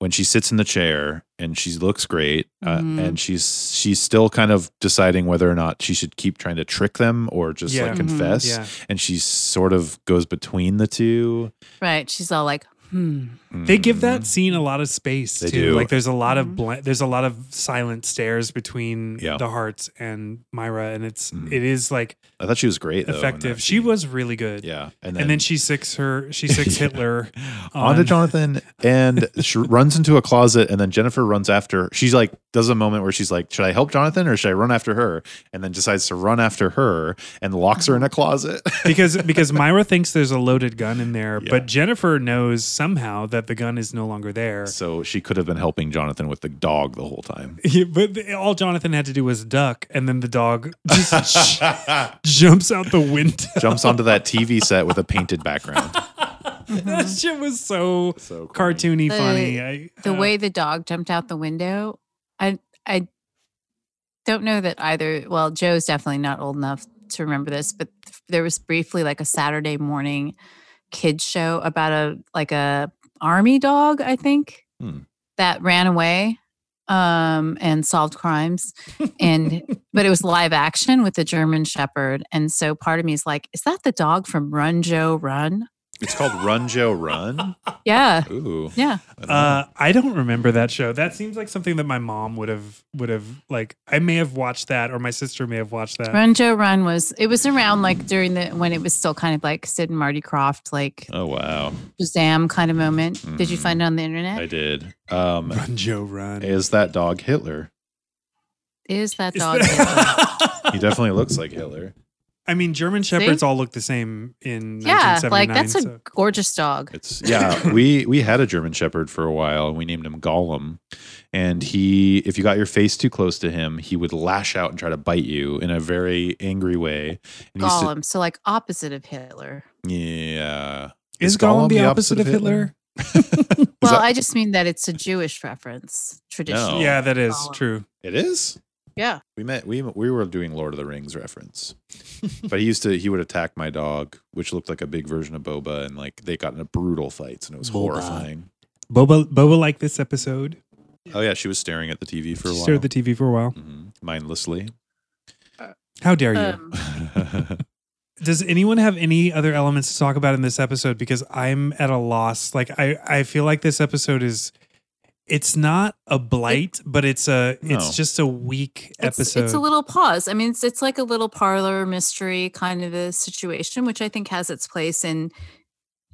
[SPEAKER 3] when she sits in the chair and she looks great uh,
[SPEAKER 2] Mhm.
[SPEAKER 3] and she's she's still kind of deciding whether or not she should keep trying to trick them or just
[SPEAKER 1] Yeah.
[SPEAKER 3] like
[SPEAKER 2] Mhm.
[SPEAKER 3] confess
[SPEAKER 1] Yeah.
[SPEAKER 3] and she sort of goes between the two
[SPEAKER 2] Right. She's all like, hmm.
[SPEAKER 1] They give that
[SPEAKER 3] Mhm.
[SPEAKER 1] scene a lot of space
[SPEAKER 3] They
[SPEAKER 1] too.
[SPEAKER 3] do.
[SPEAKER 1] Like there's a lot of
[SPEAKER 2] Mhm.
[SPEAKER 1] bl- there's a lot of silent stares between
[SPEAKER 3] Yeah.
[SPEAKER 1] the hearts and Myra, and it's
[SPEAKER 3] Mhm.
[SPEAKER 1] it is like
[SPEAKER 3] i thought she was great though, in
[SPEAKER 1] effective.
[SPEAKER 3] that
[SPEAKER 1] She
[SPEAKER 3] scene.
[SPEAKER 1] was really good.
[SPEAKER 3] yeah
[SPEAKER 1] And then, she sicks her she sicks
[SPEAKER 3] Yeah.
[SPEAKER 1] Hitler.
[SPEAKER 3] onto
[SPEAKER 1] on-
[SPEAKER 3] Jonathan and she runs into a closet and then Jennifer runs after. She's like does a moment where she's like, "Should I help Jonathan or should I run after her?" and then decides to run after her and locks her in a closet.
[SPEAKER 1] because because Myra thinks there's a loaded gun in there,
[SPEAKER 3] Yeah.
[SPEAKER 1] but Jennifer knows somehow that the gun is no longer there.
[SPEAKER 3] so she could have been helping Jonathan with the dog the whole time.
[SPEAKER 1] Yeah, but the- all Jonathan had to do was duck, and then the dog just sh- jumps out the window.
[SPEAKER 3] Jumps onto that TV set with a painted background.
[SPEAKER 1] that shit was so
[SPEAKER 3] So corny.
[SPEAKER 1] cartoony,
[SPEAKER 2] The-
[SPEAKER 1] funny. I,
[SPEAKER 2] the
[SPEAKER 1] uh,
[SPEAKER 2] way the dog jumped out the window i i don't know that either well joe's definitely not old enough to remember this but th- there was briefly like a saturday morning kids show about a like a army dog i think
[SPEAKER 3] Hmm.
[SPEAKER 2] that ran away um and solved crimes and but it was live action with the german shepherd and so part of me is like is that the dog from run joe run
[SPEAKER 3] It's called Run Joe Run.
[SPEAKER 2] yeah
[SPEAKER 3] Ooh.
[SPEAKER 2] yeah
[SPEAKER 3] I don't know.
[SPEAKER 1] Uh, I don't remember that show. That seems like something that my mom would have would have like. I may have watched that, or my sister may have watched that.
[SPEAKER 2] Run Joe Run was it was around like during the when it was still kind of like Sid and Marty Croft like
[SPEAKER 3] oh wow.
[SPEAKER 2] Shazam kind of moment. Did you
[SPEAKER 3] Mhm.
[SPEAKER 2] find it on the internet?
[SPEAKER 3] I did. Um
[SPEAKER 1] Run, Joe, run.
[SPEAKER 3] is that dog Hitler?
[SPEAKER 2] Is that
[SPEAKER 1] Is
[SPEAKER 2] dog? Hitler?
[SPEAKER 1] that-
[SPEAKER 3] He definitely looks like Hitler.
[SPEAKER 1] I mean, German shepherds all look the same in
[SPEAKER 2] yeah,
[SPEAKER 1] 1979.
[SPEAKER 2] like that's a
[SPEAKER 1] so-
[SPEAKER 2] gorgeous dog.
[SPEAKER 3] It's yeah. we we had a German Shepherd for a while. and We named him Gollum, and he if you got your face too close to him, he would lash out and try to bite you in a very angry way. And he used to-
[SPEAKER 2] Gollum, so like opposite of Hitler.
[SPEAKER 3] yeah.
[SPEAKER 1] is, Gollum the opposite, of Hitler?
[SPEAKER 2] Well,
[SPEAKER 3] that-
[SPEAKER 2] I just mean that it's a Jewish reference traditional.
[SPEAKER 3] No.
[SPEAKER 1] Yeah, that is
[SPEAKER 2] Gollum.
[SPEAKER 1] true.
[SPEAKER 3] It is.
[SPEAKER 2] Yeah.
[SPEAKER 3] We met. We we were doing Lord of the Rings reference, but he used to. He would attack my dog, which looked like a big version of Boba, and like they got into brutal fights, and it was
[SPEAKER 1] Boba.
[SPEAKER 3] horrifying.
[SPEAKER 1] Boba Boba liked this episode.
[SPEAKER 3] Oh yeah, she was staring at the TV for a
[SPEAKER 1] she
[SPEAKER 3] while,
[SPEAKER 1] stared at the TV for a while.
[SPEAKER 3] Mhm. mindlessly.
[SPEAKER 1] How dare you?
[SPEAKER 2] Um,
[SPEAKER 1] Does anyone have any other elements to talk about in this episode? Because I'm at a loss. Like I, I feel like this episode is, it's not a blight, but it's a,
[SPEAKER 3] No.
[SPEAKER 1] it's just a weak
[SPEAKER 2] it's,
[SPEAKER 1] episode.
[SPEAKER 2] it's a little pause. I mean, it's it's like a little parlor mystery kind of a situation, which I think has its place in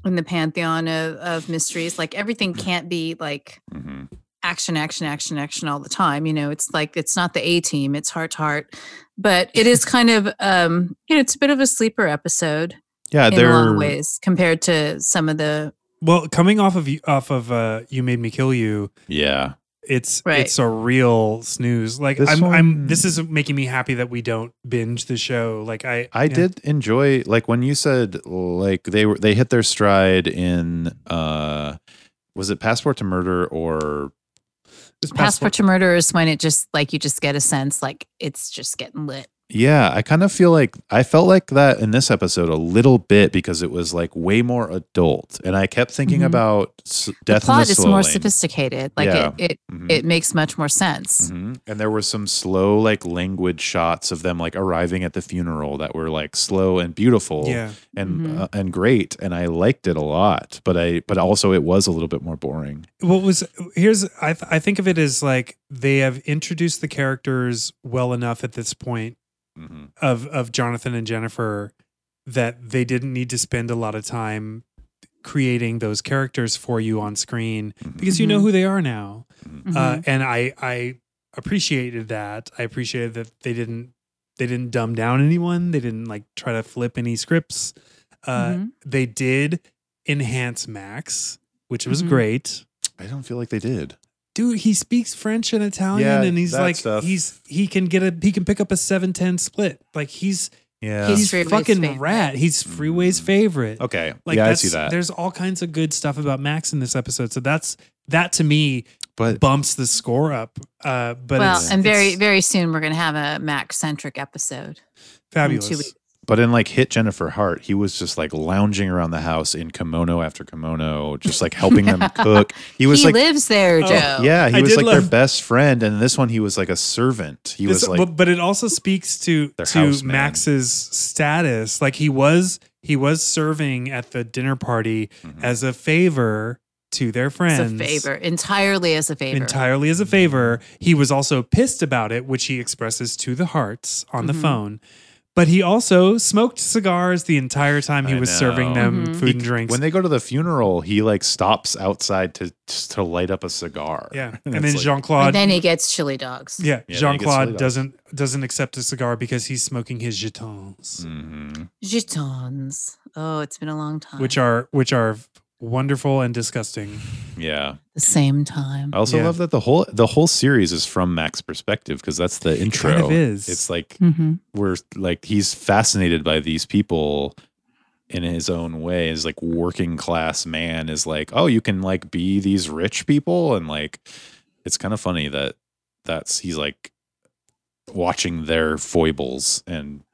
[SPEAKER 2] in the pantheon of, of mysteries. Like
[SPEAKER 3] Mm.
[SPEAKER 2] everything can't be like
[SPEAKER 3] Mhm.
[SPEAKER 2] action, action, action, action all the time. You know, it's like it's not the A team, it's heart to heart. But it is kind of um, you know, it's a bit of a sleeper episode
[SPEAKER 3] Yeah,
[SPEAKER 2] in
[SPEAKER 3] they're
[SPEAKER 2] a lot of ways compared to some of the
[SPEAKER 1] well, coming off of you, off of uh, you made me kill you.
[SPEAKER 3] yeah.
[SPEAKER 1] It's
[SPEAKER 2] Right.
[SPEAKER 1] it's a real snooze. Like
[SPEAKER 3] This
[SPEAKER 1] I'm, I'm.
[SPEAKER 3] one-
[SPEAKER 1] This is making me happy that we don't binge the show. Like I,
[SPEAKER 3] I
[SPEAKER 1] yeah.
[SPEAKER 3] did enjoy like when you said like they were they hit their stride in uh was it Passport to Murder or
[SPEAKER 1] This past
[SPEAKER 2] passport to murder is when it just like you just get a sense like it's just getting lit.
[SPEAKER 3] yeah, I kind of feel like I felt like that in this episode a little bit because it was like way more adult, and I kept thinking
[SPEAKER 2] Mhm.
[SPEAKER 3] about s-
[SPEAKER 2] The
[SPEAKER 3] death. in
[SPEAKER 2] plot
[SPEAKER 3] the
[SPEAKER 2] is
[SPEAKER 3] Slow
[SPEAKER 2] more
[SPEAKER 3] Lane.
[SPEAKER 2] sophisticated. Like
[SPEAKER 3] Yeah.
[SPEAKER 2] it, it
[SPEAKER 3] Mhm.
[SPEAKER 2] it makes much more sense.
[SPEAKER 3] Mhm. And there were some slow, like languid shots of them like arriving at the funeral that were like slow and beautiful.
[SPEAKER 1] Yeah.
[SPEAKER 3] and
[SPEAKER 2] Mhm.
[SPEAKER 3] uh, and great and I liked it a lot but I but also it was a little bit more boring
[SPEAKER 1] what was here's I th- I think of it as like they have introduced the characters well enough at this point of of Jonathan and Jennifer that they didn't need to spend a lot of time creating those characters for you on screen because you know
[SPEAKER 2] Mhm.
[SPEAKER 1] who they are now. Uh,
[SPEAKER 3] Mm-hmm.
[SPEAKER 2] Mhm.
[SPEAKER 1] and I I appreciated that. I appreciated that they didn't they didn't dumb down anyone. They didn't like try to flip any scripts. Uh,
[SPEAKER 2] Mhm.
[SPEAKER 1] They did enhance Max, which was
[SPEAKER 2] Mhm.
[SPEAKER 1] great
[SPEAKER 3] I don't feel like they did
[SPEAKER 1] dude he speaks french and italian
[SPEAKER 3] Yeah,
[SPEAKER 1] and he's
[SPEAKER 3] that
[SPEAKER 1] like
[SPEAKER 3] stuff.
[SPEAKER 1] he's he can get a he can pick up a 710 split like he's
[SPEAKER 3] yeah
[SPEAKER 2] He's
[SPEAKER 1] he's,
[SPEAKER 2] Freeway's
[SPEAKER 1] fucking
[SPEAKER 2] favorite.
[SPEAKER 1] rat he's freeway's
[SPEAKER 3] Mm.
[SPEAKER 1] favorite
[SPEAKER 3] okay
[SPEAKER 1] like
[SPEAKER 3] yeah I
[SPEAKER 1] that's
[SPEAKER 3] see that
[SPEAKER 1] there's all kinds of good stuff about max in this episode so that's that to me
[SPEAKER 3] but
[SPEAKER 1] bumps the score up uh but
[SPEAKER 2] well,
[SPEAKER 1] it's,
[SPEAKER 2] and very
[SPEAKER 1] it's
[SPEAKER 2] very soon we're gonna have a Mac centric episode. in two
[SPEAKER 1] fabulous
[SPEAKER 2] weeks.
[SPEAKER 3] But in like Hit Jennifer Hart, he was just like lounging around the house in kimono after kimono, just like helping them cook. He was
[SPEAKER 2] he
[SPEAKER 3] like,
[SPEAKER 2] lives there,
[SPEAKER 1] Oh,
[SPEAKER 2] Joe.
[SPEAKER 3] yeah, he
[SPEAKER 1] I
[SPEAKER 3] was
[SPEAKER 1] did
[SPEAKER 3] like their
[SPEAKER 1] love-
[SPEAKER 3] best friend. And in this one, he was like a servant. He
[SPEAKER 1] This-
[SPEAKER 3] was like,
[SPEAKER 1] but, but it also speaks to
[SPEAKER 3] Their
[SPEAKER 1] to
[SPEAKER 3] house man.
[SPEAKER 1] Max's status. Like he was he was serving at the dinner party
[SPEAKER 3] Mhm.
[SPEAKER 1] as a favor to their
[SPEAKER 2] It's
[SPEAKER 1] friends.
[SPEAKER 2] a favor, entirely as a favor.
[SPEAKER 1] Entirely as a favor. He was also pissed about it, which he expresses to the hearts on the
[SPEAKER 2] Mhm.
[SPEAKER 1] phone. But he also smoked cigars the entire time he
[SPEAKER 3] I
[SPEAKER 1] was
[SPEAKER 3] know.
[SPEAKER 1] serving them
[SPEAKER 2] Mhm.
[SPEAKER 1] food
[SPEAKER 3] He-
[SPEAKER 1] and drinks.
[SPEAKER 3] when they go to the funeral, he like stops outside to to light up a cigar.
[SPEAKER 1] yeah.
[SPEAKER 3] And
[SPEAKER 1] And,
[SPEAKER 3] it's
[SPEAKER 1] then
[SPEAKER 3] like-
[SPEAKER 1] Jean Claude
[SPEAKER 2] and then he gets chili dogs.
[SPEAKER 1] Yeah,
[SPEAKER 3] Yeah,
[SPEAKER 1] Jean
[SPEAKER 3] they
[SPEAKER 1] Claude
[SPEAKER 3] get
[SPEAKER 1] doesn't doesn't accept a cigar because he's smoking his jetons,
[SPEAKER 3] Mhm.
[SPEAKER 2] Jetons. Oh, it's been a long
[SPEAKER 3] Mm.
[SPEAKER 2] time.
[SPEAKER 1] which are which are wonderful and disgusting.
[SPEAKER 3] Yeah.
[SPEAKER 2] the same time.
[SPEAKER 3] I also
[SPEAKER 1] Yeah.
[SPEAKER 3] love that the whole the whole series is from Mac's perspective because that's the intro.
[SPEAKER 1] kind of is.
[SPEAKER 3] It's like
[SPEAKER 2] hmm
[SPEAKER 3] we're like he's fascinated by these people in his own way is like working class man is like oh you can like be these rich people and like it's kind of funny that that's he's like watching their foibles and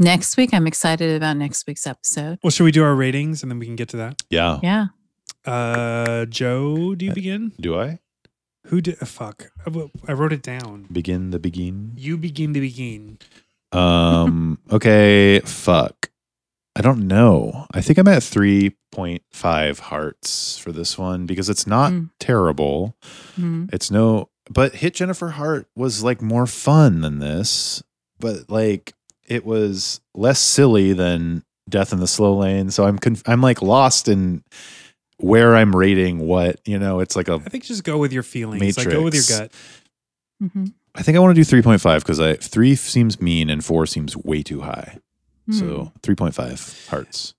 [SPEAKER 2] Next week, I'm excited about next week's episode.
[SPEAKER 1] Well, should we do our ratings and then we can get to that?
[SPEAKER 3] yeah,
[SPEAKER 2] Yeah.
[SPEAKER 1] Uh, Joe, do you begin?
[SPEAKER 3] do i
[SPEAKER 1] Who did? fuck, I wo- I wrote it down.
[SPEAKER 3] begin the begin
[SPEAKER 1] You begin to begin.
[SPEAKER 3] um okay fuck i don't know i think i'm at 3.5 hearts for this one because it's not
[SPEAKER 2] Mm.
[SPEAKER 3] terrible
[SPEAKER 2] Mhm.
[SPEAKER 3] It's no, but Hit Jennifer Hart was like more fun than this, but like it was less silly than Death in the Slow Lane. So I'm conf- I'm like lost in where I'm rating what you know. It's like a
[SPEAKER 1] I think just go with your feelings. Like go with your
[SPEAKER 3] Matrix.
[SPEAKER 1] gut.
[SPEAKER 2] Mhm.
[SPEAKER 3] I think I want to do three point five because I three seems mean and four seems way too high.
[SPEAKER 2] Mm-hmm. Hmm.
[SPEAKER 3] So three point five hearts.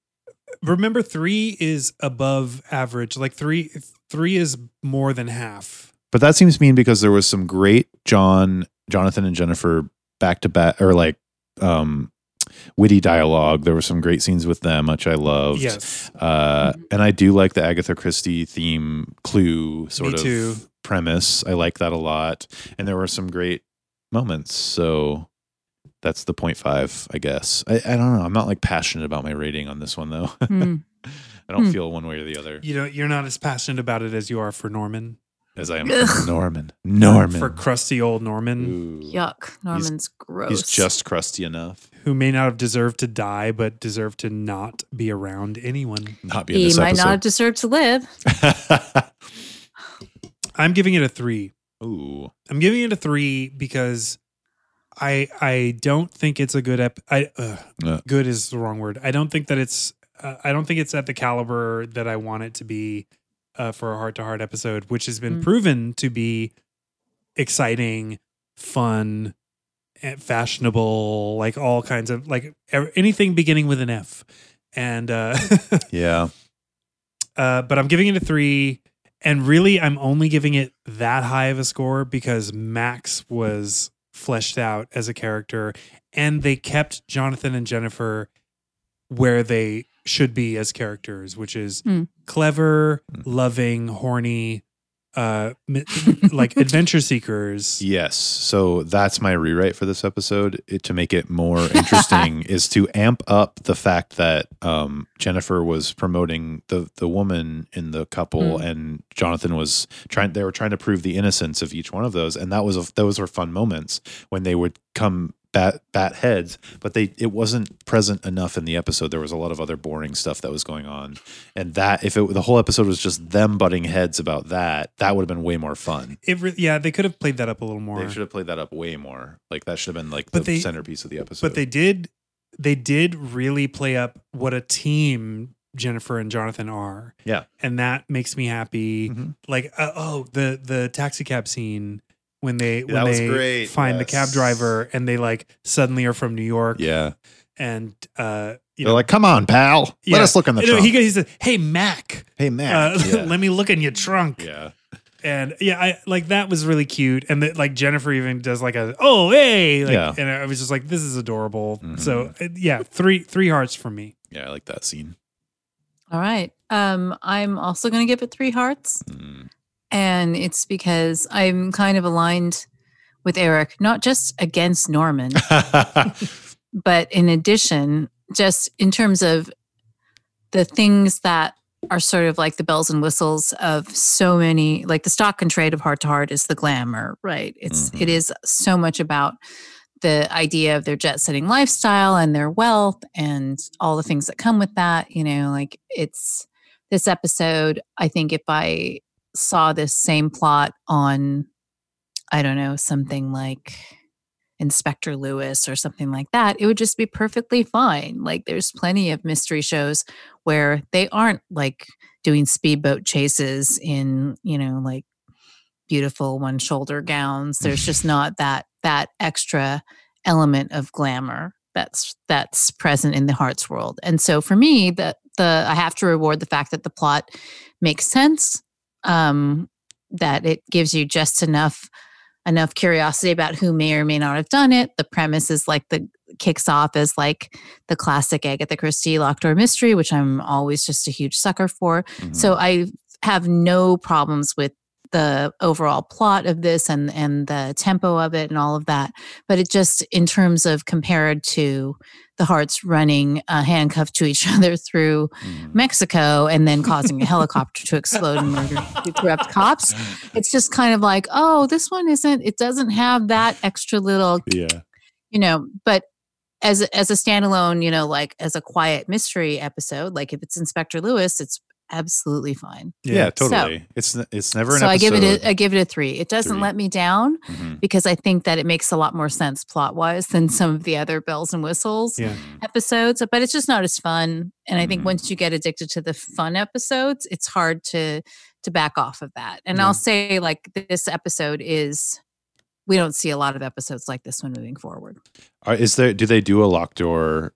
[SPEAKER 1] Remember, three is above average. Like three, three is more than half.
[SPEAKER 3] But that seems mean because there was some great John, Jonathan, and Jennifer back to back or like um witty dialogue. There were some great scenes with them, which I loved.
[SPEAKER 1] Yes. Mm-hmm.
[SPEAKER 3] Uh,
[SPEAKER 2] Mhm.
[SPEAKER 3] and I do like the Agatha Christie theme clue sort
[SPEAKER 1] Me
[SPEAKER 3] of
[SPEAKER 1] too.
[SPEAKER 3] premise. I like that a lot. And there were some great moments. So that's the point five, I guess. I, I don't know. I'm not like passionate about my rating on this one though.
[SPEAKER 2] Mhm.
[SPEAKER 3] I don't
[SPEAKER 2] Hmm.
[SPEAKER 3] feel one way or the other
[SPEAKER 1] You know, you're not as passionate about it as you are for Norman.
[SPEAKER 3] as I am
[SPEAKER 2] Ugh.
[SPEAKER 3] for Norman. Norman.
[SPEAKER 1] For crusty old Norman.
[SPEAKER 3] Ooh.
[SPEAKER 2] Yuck. Norman's gross.
[SPEAKER 3] He's just crusty enough.
[SPEAKER 1] who may not have deserved to die, but deserved to not be around anyone.
[SPEAKER 3] Not be in
[SPEAKER 2] He
[SPEAKER 3] this
[SPEAKER 2] might not have
[SPEAKER 3] episode.
[SPEAKER 2] deserved to live.
[SPEAKER 1] I'm giving it a three.
[SPEAKER 3] Ooh.
[SPEAKER 1] I'm giving it a three because I I don't think it's a good ep. I uh,
[SPEAKER 3] Yeah.
[SPEAKER 1] good is the wrong word. I don't think that it's. Uh, I don't think it's at the caliber that I want it to be uh, for a heart to heart episode, which has been
[SPEAKER 2] Mm.
[SPEAKER 1] proven to be exciting, fun, eh, fashionable, like all kinds of like e- anything beginning with an F. And uh,
[SPEAKER 3] Yeah.
[SPEAKER 1] uh, but I'm giving it a three. And really, I'm only giving it that high of a score because Max was fleshed out as a character, and they kept Jonathan and Jennifer where they should be as characters, which is
[SPEAKER 2] Hmm.
[SPEAKER 1] clever,
[SPEAKER 3] Hmm.
[SPEAKER 1] loving, horny, uh, mi- like adventure seekers.
[SPEAKER 3] Yes. So that's my rewrite for this episode. It, to make it more interesting is to amp up the fact that um, Jennifer was promoting the the woman in the couple, and Jonathan was trying. They were trying to prove the innocence of each one of those, and that was a, those were fun moments when they would come. Bat, bat heads, but they it wasn't present enough in the episode. There was a lot of other boring stuff that was going on, and that if it the whole episode was just them butting heads about that, that would have been way more fun.
[SPEAKER 1] It re- yeah, they could have played that up a little more.
[SPEAKER 3] They should have played that up way more. Like that should have been like
[SPEAKER 1] But
[SPEAKER 3] the
[SPEAKER 1] they-
[SPEAKER 3] centerpiece of the episode.
[SPEAKER 1] But they did they did really play up what a team Jennifer and Jonathan are.
[SPEAKER 3] Yeah.
[SPEAKER 1] And that makes me happy.
[SPEAKER 3] Mhm.
[SPEAKER 1] Like uh, oh, the the taxi cab scene when they
[SPEAKER 3] That
[SPEAKER 1] when
[SPEAKER 3] was
[SPEAKER 1] they
[SPEAKER 3] great,
[SPEAKER 1] find the cab
[SPEAKER 3] yes.
[SPEAKER 1] driver and they like suddenly are from New York
[SPEAKER 3] yeah,
[SPEAKER 1] and uh you
[SPEAKER 3] they're
[SPEAKER 1] know
[SPEAKER 3] like, "Come on, pal,
[SPEAKER 1] Yeah.
[SPEAKER 3] let us look in the
[SPEAKER 1] you know,
[SPEAKER 3] trunk."
[SPEAKER 1] he, he said, "Hey Mac,
[SPEAKER 3] hey, Mac.
[SPEAKER 1] uh,
[SPEAKER 3] yeah.
[SPEAKER 1] let me look in your trunk."
[SPEAKER 3] Yeah.
[SPEAKER 1] And yeah, I like that was really cute, and that like Jennifer even does like a oh hey, like,
[SPEAKER 3] Yeah.
[SPEAKER 1] and I was just like this is adorable.
[SPEAKER 3] Mhm.
[SPEAKER 1] So uh, yeah, three three hearts for me.
[SPEAKER 3] Yeah, I like that scene.
[SPEAKER 2] All right. Um, I'm also going to give it three hearts.
[SPEAKER 3] Mm.
[SPEAKER 2] And it's because I'm kind of aligned with Eric, not just against Norman, but in addition, just in terms of the things that are sort of like the bells and whistles of so many like the stock and trade of heart to heart is the glamour right it's it is so much about the idea of their jet setting lifestyle and their wealth and all the things that come with that you know like it's this episode i think if i saw this same plot on i don't know something like inspector lewis or something like that it would just be perfectly fine like there's plenty of mystery shows where they aren't like doing speedboat chases in you know like beautiful one shoulder gowns there's just not that that extra element of glamour that's that's present in the hearts world and so for me the the i have to reward the fact that the plot makes sense um that it gives you just enough enough curiosity about who may or may not have done it the premise is like the kicks off as like the classic agatha christie locked door mystery which i'm always just a huge sucker for
[SPEAKER 3] Mhm.
[SPEAKER 2] so I have no problems with the overall plot of this and and the tempo of it and all of that. But it just in terms of compared to the hearts running uh, handcuffed to each other through
[SPEAKER 3] Mhm.
[SPEAKER 2] Mexico and then causing a helicopter to explode and murder two corrupt cops.
[SPEAKER 3] Mm-hmm.
[SPEAKER 2] It's just kind of like, oh, this one isn't. It doesn't have that extra little
[SPEAKER 3] yeah.
[SPEAKER 2] you know but as a- as a standalone you know like as a quiet mystery episode like if it's inspector lewis it's absolutely fine
[SPEAKER 3] yeah, totally. it's n- it's never an
[SPEAKER 2] so i give
[SPEAKER 3] episode.
[SPEAKER 2] it a, i give it a three it doesn't
[SPEAKER 3] Three.
[SPEAKER 2] let me down
[SPEAKER 3] Mhm.
[SPEAKER 2] because i think that it makes a lot more sense plot wise than some of the other bells and whistles
[SPEAKER 1] Yeah.
[SPEAKER 3] Mm-hmm.
[SPEAKER 2] episodes but it's just not as fun and i think
[SPEAKER 3] Mhm.
[SPEAKER 2] once you get addicted to the fun episodes it's hard to to back off of that and
[SPEAKER 1] Yeah.
[SPEAKER 2] i'll say like this episode is we don't see a lot of episodes like this one moving forward
[SPEAKER 3] Are- Uh, Is there? Do they do a locked door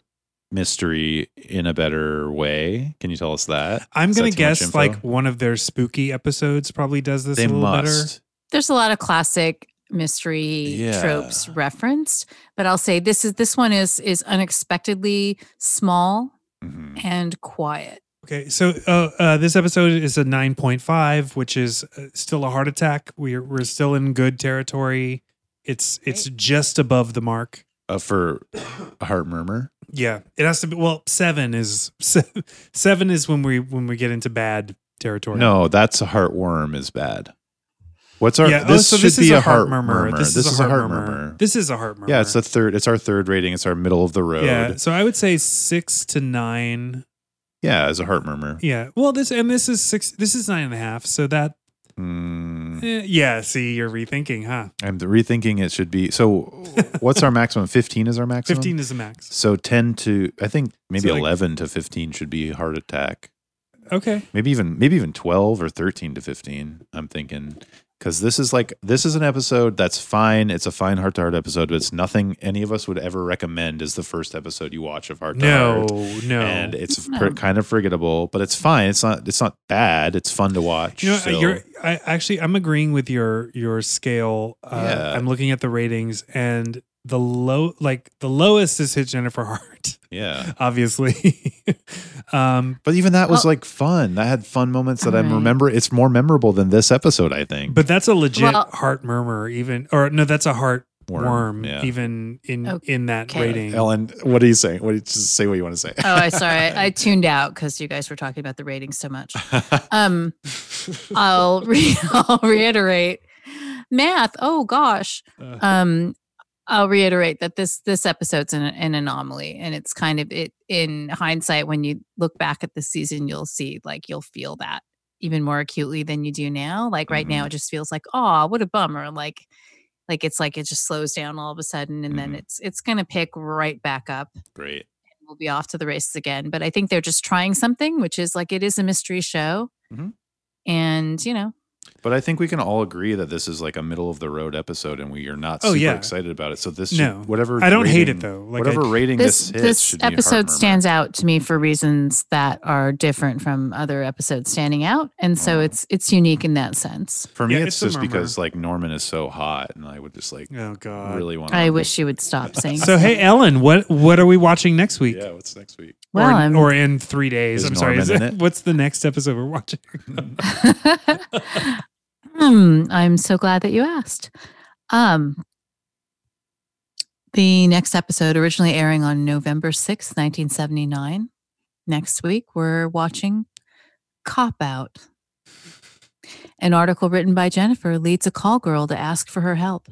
[SPEAKER 3] mystery in a better way? Can you tell us that?
[SPEAKER 1] I'm
[SPEAKER 3] Is that
[SPEAKER 1] gonna
[SPEAKER 3] too much
[SPEAKER 1] guess
[SPEAKER 3] info?
[SPEAKER 1] like one of their spooky episodes probably does this
[SPEAKER 3] they
[SPEAKER 1] a little
[SPEAKER 3] must.
[SPEAKER 2] there's a lot of classic mystery tropes
[SPEAKER 3] Yeah.
[SPEAKER 2] referenced but i'll say this is this one is is unexpectedly small
[SPEAKER 3] Mhm.
[SPEAKER 2] and quiet
[SPEAKER 1] better. Okay, so uh, uh, this episode is a 9.5, which is uh, still a heart attack. We're we're still in good territory. It's it's just above the mark.
[SPEAKER 3] Uh, for a heart murmur.
[SPEAKER 1] Yeah, it has to be. Well, seven is seven is when we when we get into bad territory.
[SPEAKER 3] No, that's a heart worm is bad. What's our?
[SPEAKER 1] yeah. oh,
[SPEAKER 3] This
[SPEAKER 1] so
[SPEAKER 3] should
[SPEAKER 1] this
[SPEAKER 3] be
[SPEAKER 1] is
[SPEAKER 3] a heart murmur.
[SPEAKER 1] This, is, a heart murmur. This is a heart murmur.
[SPEAKER 3] yeah, it's the third. It's our third rating. It's our middle of the road.
[SPEAKER 1] yeah.
[SPEAKER 3] Yeah,
[SPEAKER 1] So I would say six to nine.
[SPEAKER 3] it's a heart murmur.
[SPEAKER 1] Yeah. Well, this and this is six. This is nine and a half. So that.
[SPEAKER 3] Mm.
[SPEAKER 1] eh, yeah. See, you're rethinking, huh?
[SPEAKER 3] I'm rethinking it should be so. What's our maximum? Fifteen is our maximum.
[SPEAKER 1] Fifteen is the max.
[SPEAKER 3] So ten to I think maybe
[SPEAKER 1] So, like-
[SPEAKER 3] eleven to fifteen should be heart attack.
[SPEAKER 1] Okay.
[SPEAKER 3] Maybe even maybe even twelve or thirteen to fifteen. I'm thinking because this is like this is an episode that's fine. It's a fine heart to heart episode, but it's nothing any of us would ever recommend as the first episode you watch of heart to
[SPEAKER 1] No.
[SPEAKER 3] heart.
[SPEAKER 1] No.
[SPEAKER 3] And it's
[SPEAKER 2] No.
[SPEAKER 3] per- kind of forgettable, but it's fine. It's not. It's not bad. It's fun to watch.
[SPEAKER 1] you know,
[SPEAKER 3] still.
[SPEAKER 1] you're I, actually I'm agreeing with your your scale. Uh,
[SPEAKER 3] Yeah.
[SPEAKER 1] I'm looking at the ratings and the low like the lowest is hit Jennifer Hart,
[SPEAKER 3] yeah.
[SPEAKER 1] obviously. um,
[SPEAKER 3] But even that was
[SPEAKER 2] Well-
[SPEAKER 3] like fun. That had fun moments that I
[SPEAKER 2] Right.
[SPEAKER 3] remember. It's more memorable than this episode, I think.
[SPEAKER 1] but that's a legit
[SPEAKER 2] Well-
[SPEAKER 1] heart murmur, even or no, that's a heart worm,
[SPEAKER 3] yeah.
[SPEAKER 1] even in
[SPEAKER 2] Okay.
[SPEAKER 1] in that rating.
[SPEAKER 3] Ellen, what are you saying? What do you, just say what you want to say?
[SPEAKER 2] oh i sorry i tuned out because you guys were talking about the ratings so much um i'll re- i'll reiterate math oh gosh
[SPEAKER 1] Uh,
[SPEAKER 2] um i'll reiterate that this this episode's an, an anomaly and it's kind of it in hindsight when you look back at the season you'll see like you'll feel that even more acutely than you do now like right now
[SPEAKER 3] Mhm.
[SPEAKER 2] it just feels like oh what a bummer like like it's like it just slows down all of a sudden and then
[SPEAKER 3] Mhm.
[SPEAKER 2] it's it's going to pick right back up
[SPEAKER 3] Great.
[SPEAKER 2] we'll be off to the races again. But I think they're just trying something, which is like it is a mystery show.
[SPEAKER 3] Mhm.
[SPEAKER 2] And, you know,
[SPEAKER 3] But I think we can all agree that this is like a middle of the road episode and we are not
[SPEAKER 1] Oh,
[SPEAKER 3] super
[SPEAKER 1] yeah.
[SPEAKER 3] excited about it. So this should,
[SPEAKER 1] No.
[SPEAKER 3] whatever
[SPEAKER 1] I don't hate it
[SPEAKER 3] rating-
[SPEAKER 1] though. Like
[SPEAKER 3] whatever
[SPEAKER 1] I,
[SPEAKER 3] rating
[SPEAKER 2] this
[SPEAKER 3] this hits
[SPEAKER 2] this
[SPEAKER 3] should be a heart
[SPEAKER 2] episode
[SPEAKER 3] murmur.
[SPEAKER 2] stands out to me for reasons that are different from other episodes standing out. And so
[SPEAKER 3] Mhm.
[SPEAKER 2] it's it's unique in that sense.
[SPEAKER 3] For me,
[SPEAKER 1] Yeah,
[SPEAKER 3] it's,
[SPEAKER 1] it's a
[SPEAKER 3] just
[SPEAKER 1] murmur.
[SPEAKER 3] because like Norman is so hot and I would just like
[SPEAKER 1] oh god.
[SPEAKER 3] really want
[SPEAKER 2] I wish you would stop saying
[SPEAKER 1] So hey, Ellen, what what are we watching next week?
[SPEAKER 3] Yeah, what's next week?
[SPEAKER 2] well,
[SPEAKER 1] or,
[SPEAKER 2] I'm
[SPEAKER 1] or in three days.
[SPEAKER 3] Is
[SPEAKER 1] I'm sorry.
[SPEAKER 3] Norman
[SPEAKER 1] Is
[SPEAKER 3] in
[SPEAKER 1] it-
[SPEAKER 3] it?
[SPEAKER 1] What's the next episode we're watching?
[SPEAKER 2] Hmm, I'm so glad that you asked. Um The next episode, originally airing on November sixth, 1979. Next week, we're watching Cop Out. An article written by Jennifer leads a call girl to ask for her help.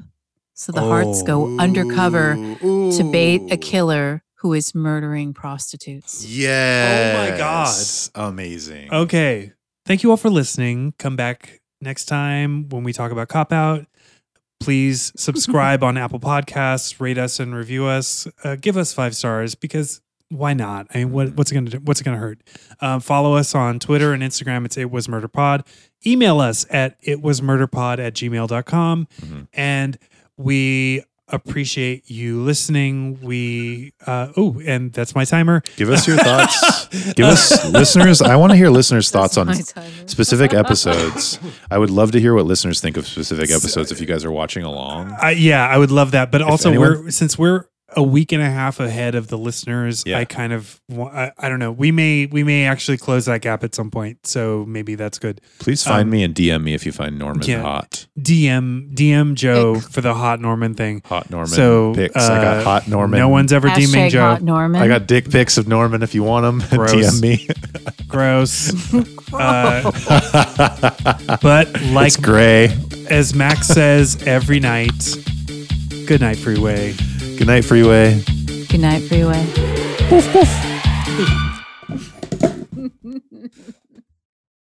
[SPEAKER 2] So the hearts go
[SPEAKER 3] Oh.
[SPEAKER 2] undercover
[SPEAKER 3] Ooh,
[SPEAKER 2] to bait a
[SPEAKER 3] ooh.
[SPEAKER 2] killer who is murdering prostitutes.
[SPEAKER 3] Yes.
[SPEAKER 1] God.
[SPEAKER 3] Amazing.
[SPEAKER 1] Okay. Thank you all for listening. Come back next time when we talk about Cop Out. Please subscribe on Apple Podcasts, rate us and review us. Uh, give us five stars because why not? I mean, what, what's it gonna do? what's it gonna hurt? Um, follow us on Twitter and Instagram. It's it was murder pod. Email us at itwasmurderpod at gmail.com.
[SPEAKER 3] Mhm.
[SPEAKER 1] And we appreciate you listening. We uh, oh, and that's my timer.
[SPEAKER 3] Give us your thoughts. Give us listeners. I want to hear listeners' thoughts on
[SPEAKER 2] That's my timer.
[SPEAKER 3] specific episodes. I would love to hear what listeners think of specific episodes if you guys are watching along.
[SPEAKER 1] I, yeah, I would love that. But also,
[SPEAKER 3] anyone-
[SPEAKER 1] we're since we're a week and a half ahead of the listeners.
[SPEAKER 3] Yeah.
[SPEAKER 1] I kind of wa- I, I don't know. We may we may actually close that gap at some point. So maybe that's good.
[SPEAKER 3] Please find
[SPEAKER 1] Um,
[SPEAKER 3] me and DM me if you find Norman
[SPEAKER 1] yeah.
[SPEAKER 3] hot.
[SPEAKER 1] DM DM Joe for the hot Norman thing.
[SPEAKER 3] Hot Norman
[SPEAKER 1] So
[SPEAKER 3] pics. I
[SPEAKER 1] uh,
[SPEAKER 3] got hot Norman.
[SPEAKER 1] No one's ever DMing
[SPEAKER 2] Hashtag
[SPEAKER 1] Joe.
[SPEAKER 2] hot Norman.
[SPEAKER 3] I got dick pics of Norman if you want them.
[SPEAKER 1] Gross.
[SPEAKER 3] DM me.
[SPEAKER 1] Gross. uh, but like
[SPEAKER 3] it's gray.
[SPEAKER 1] as Max says every night. Good night, freeway.
[SPEAKER 3] Good night, freeway.
[SPEAKER 2] Good night, freeway.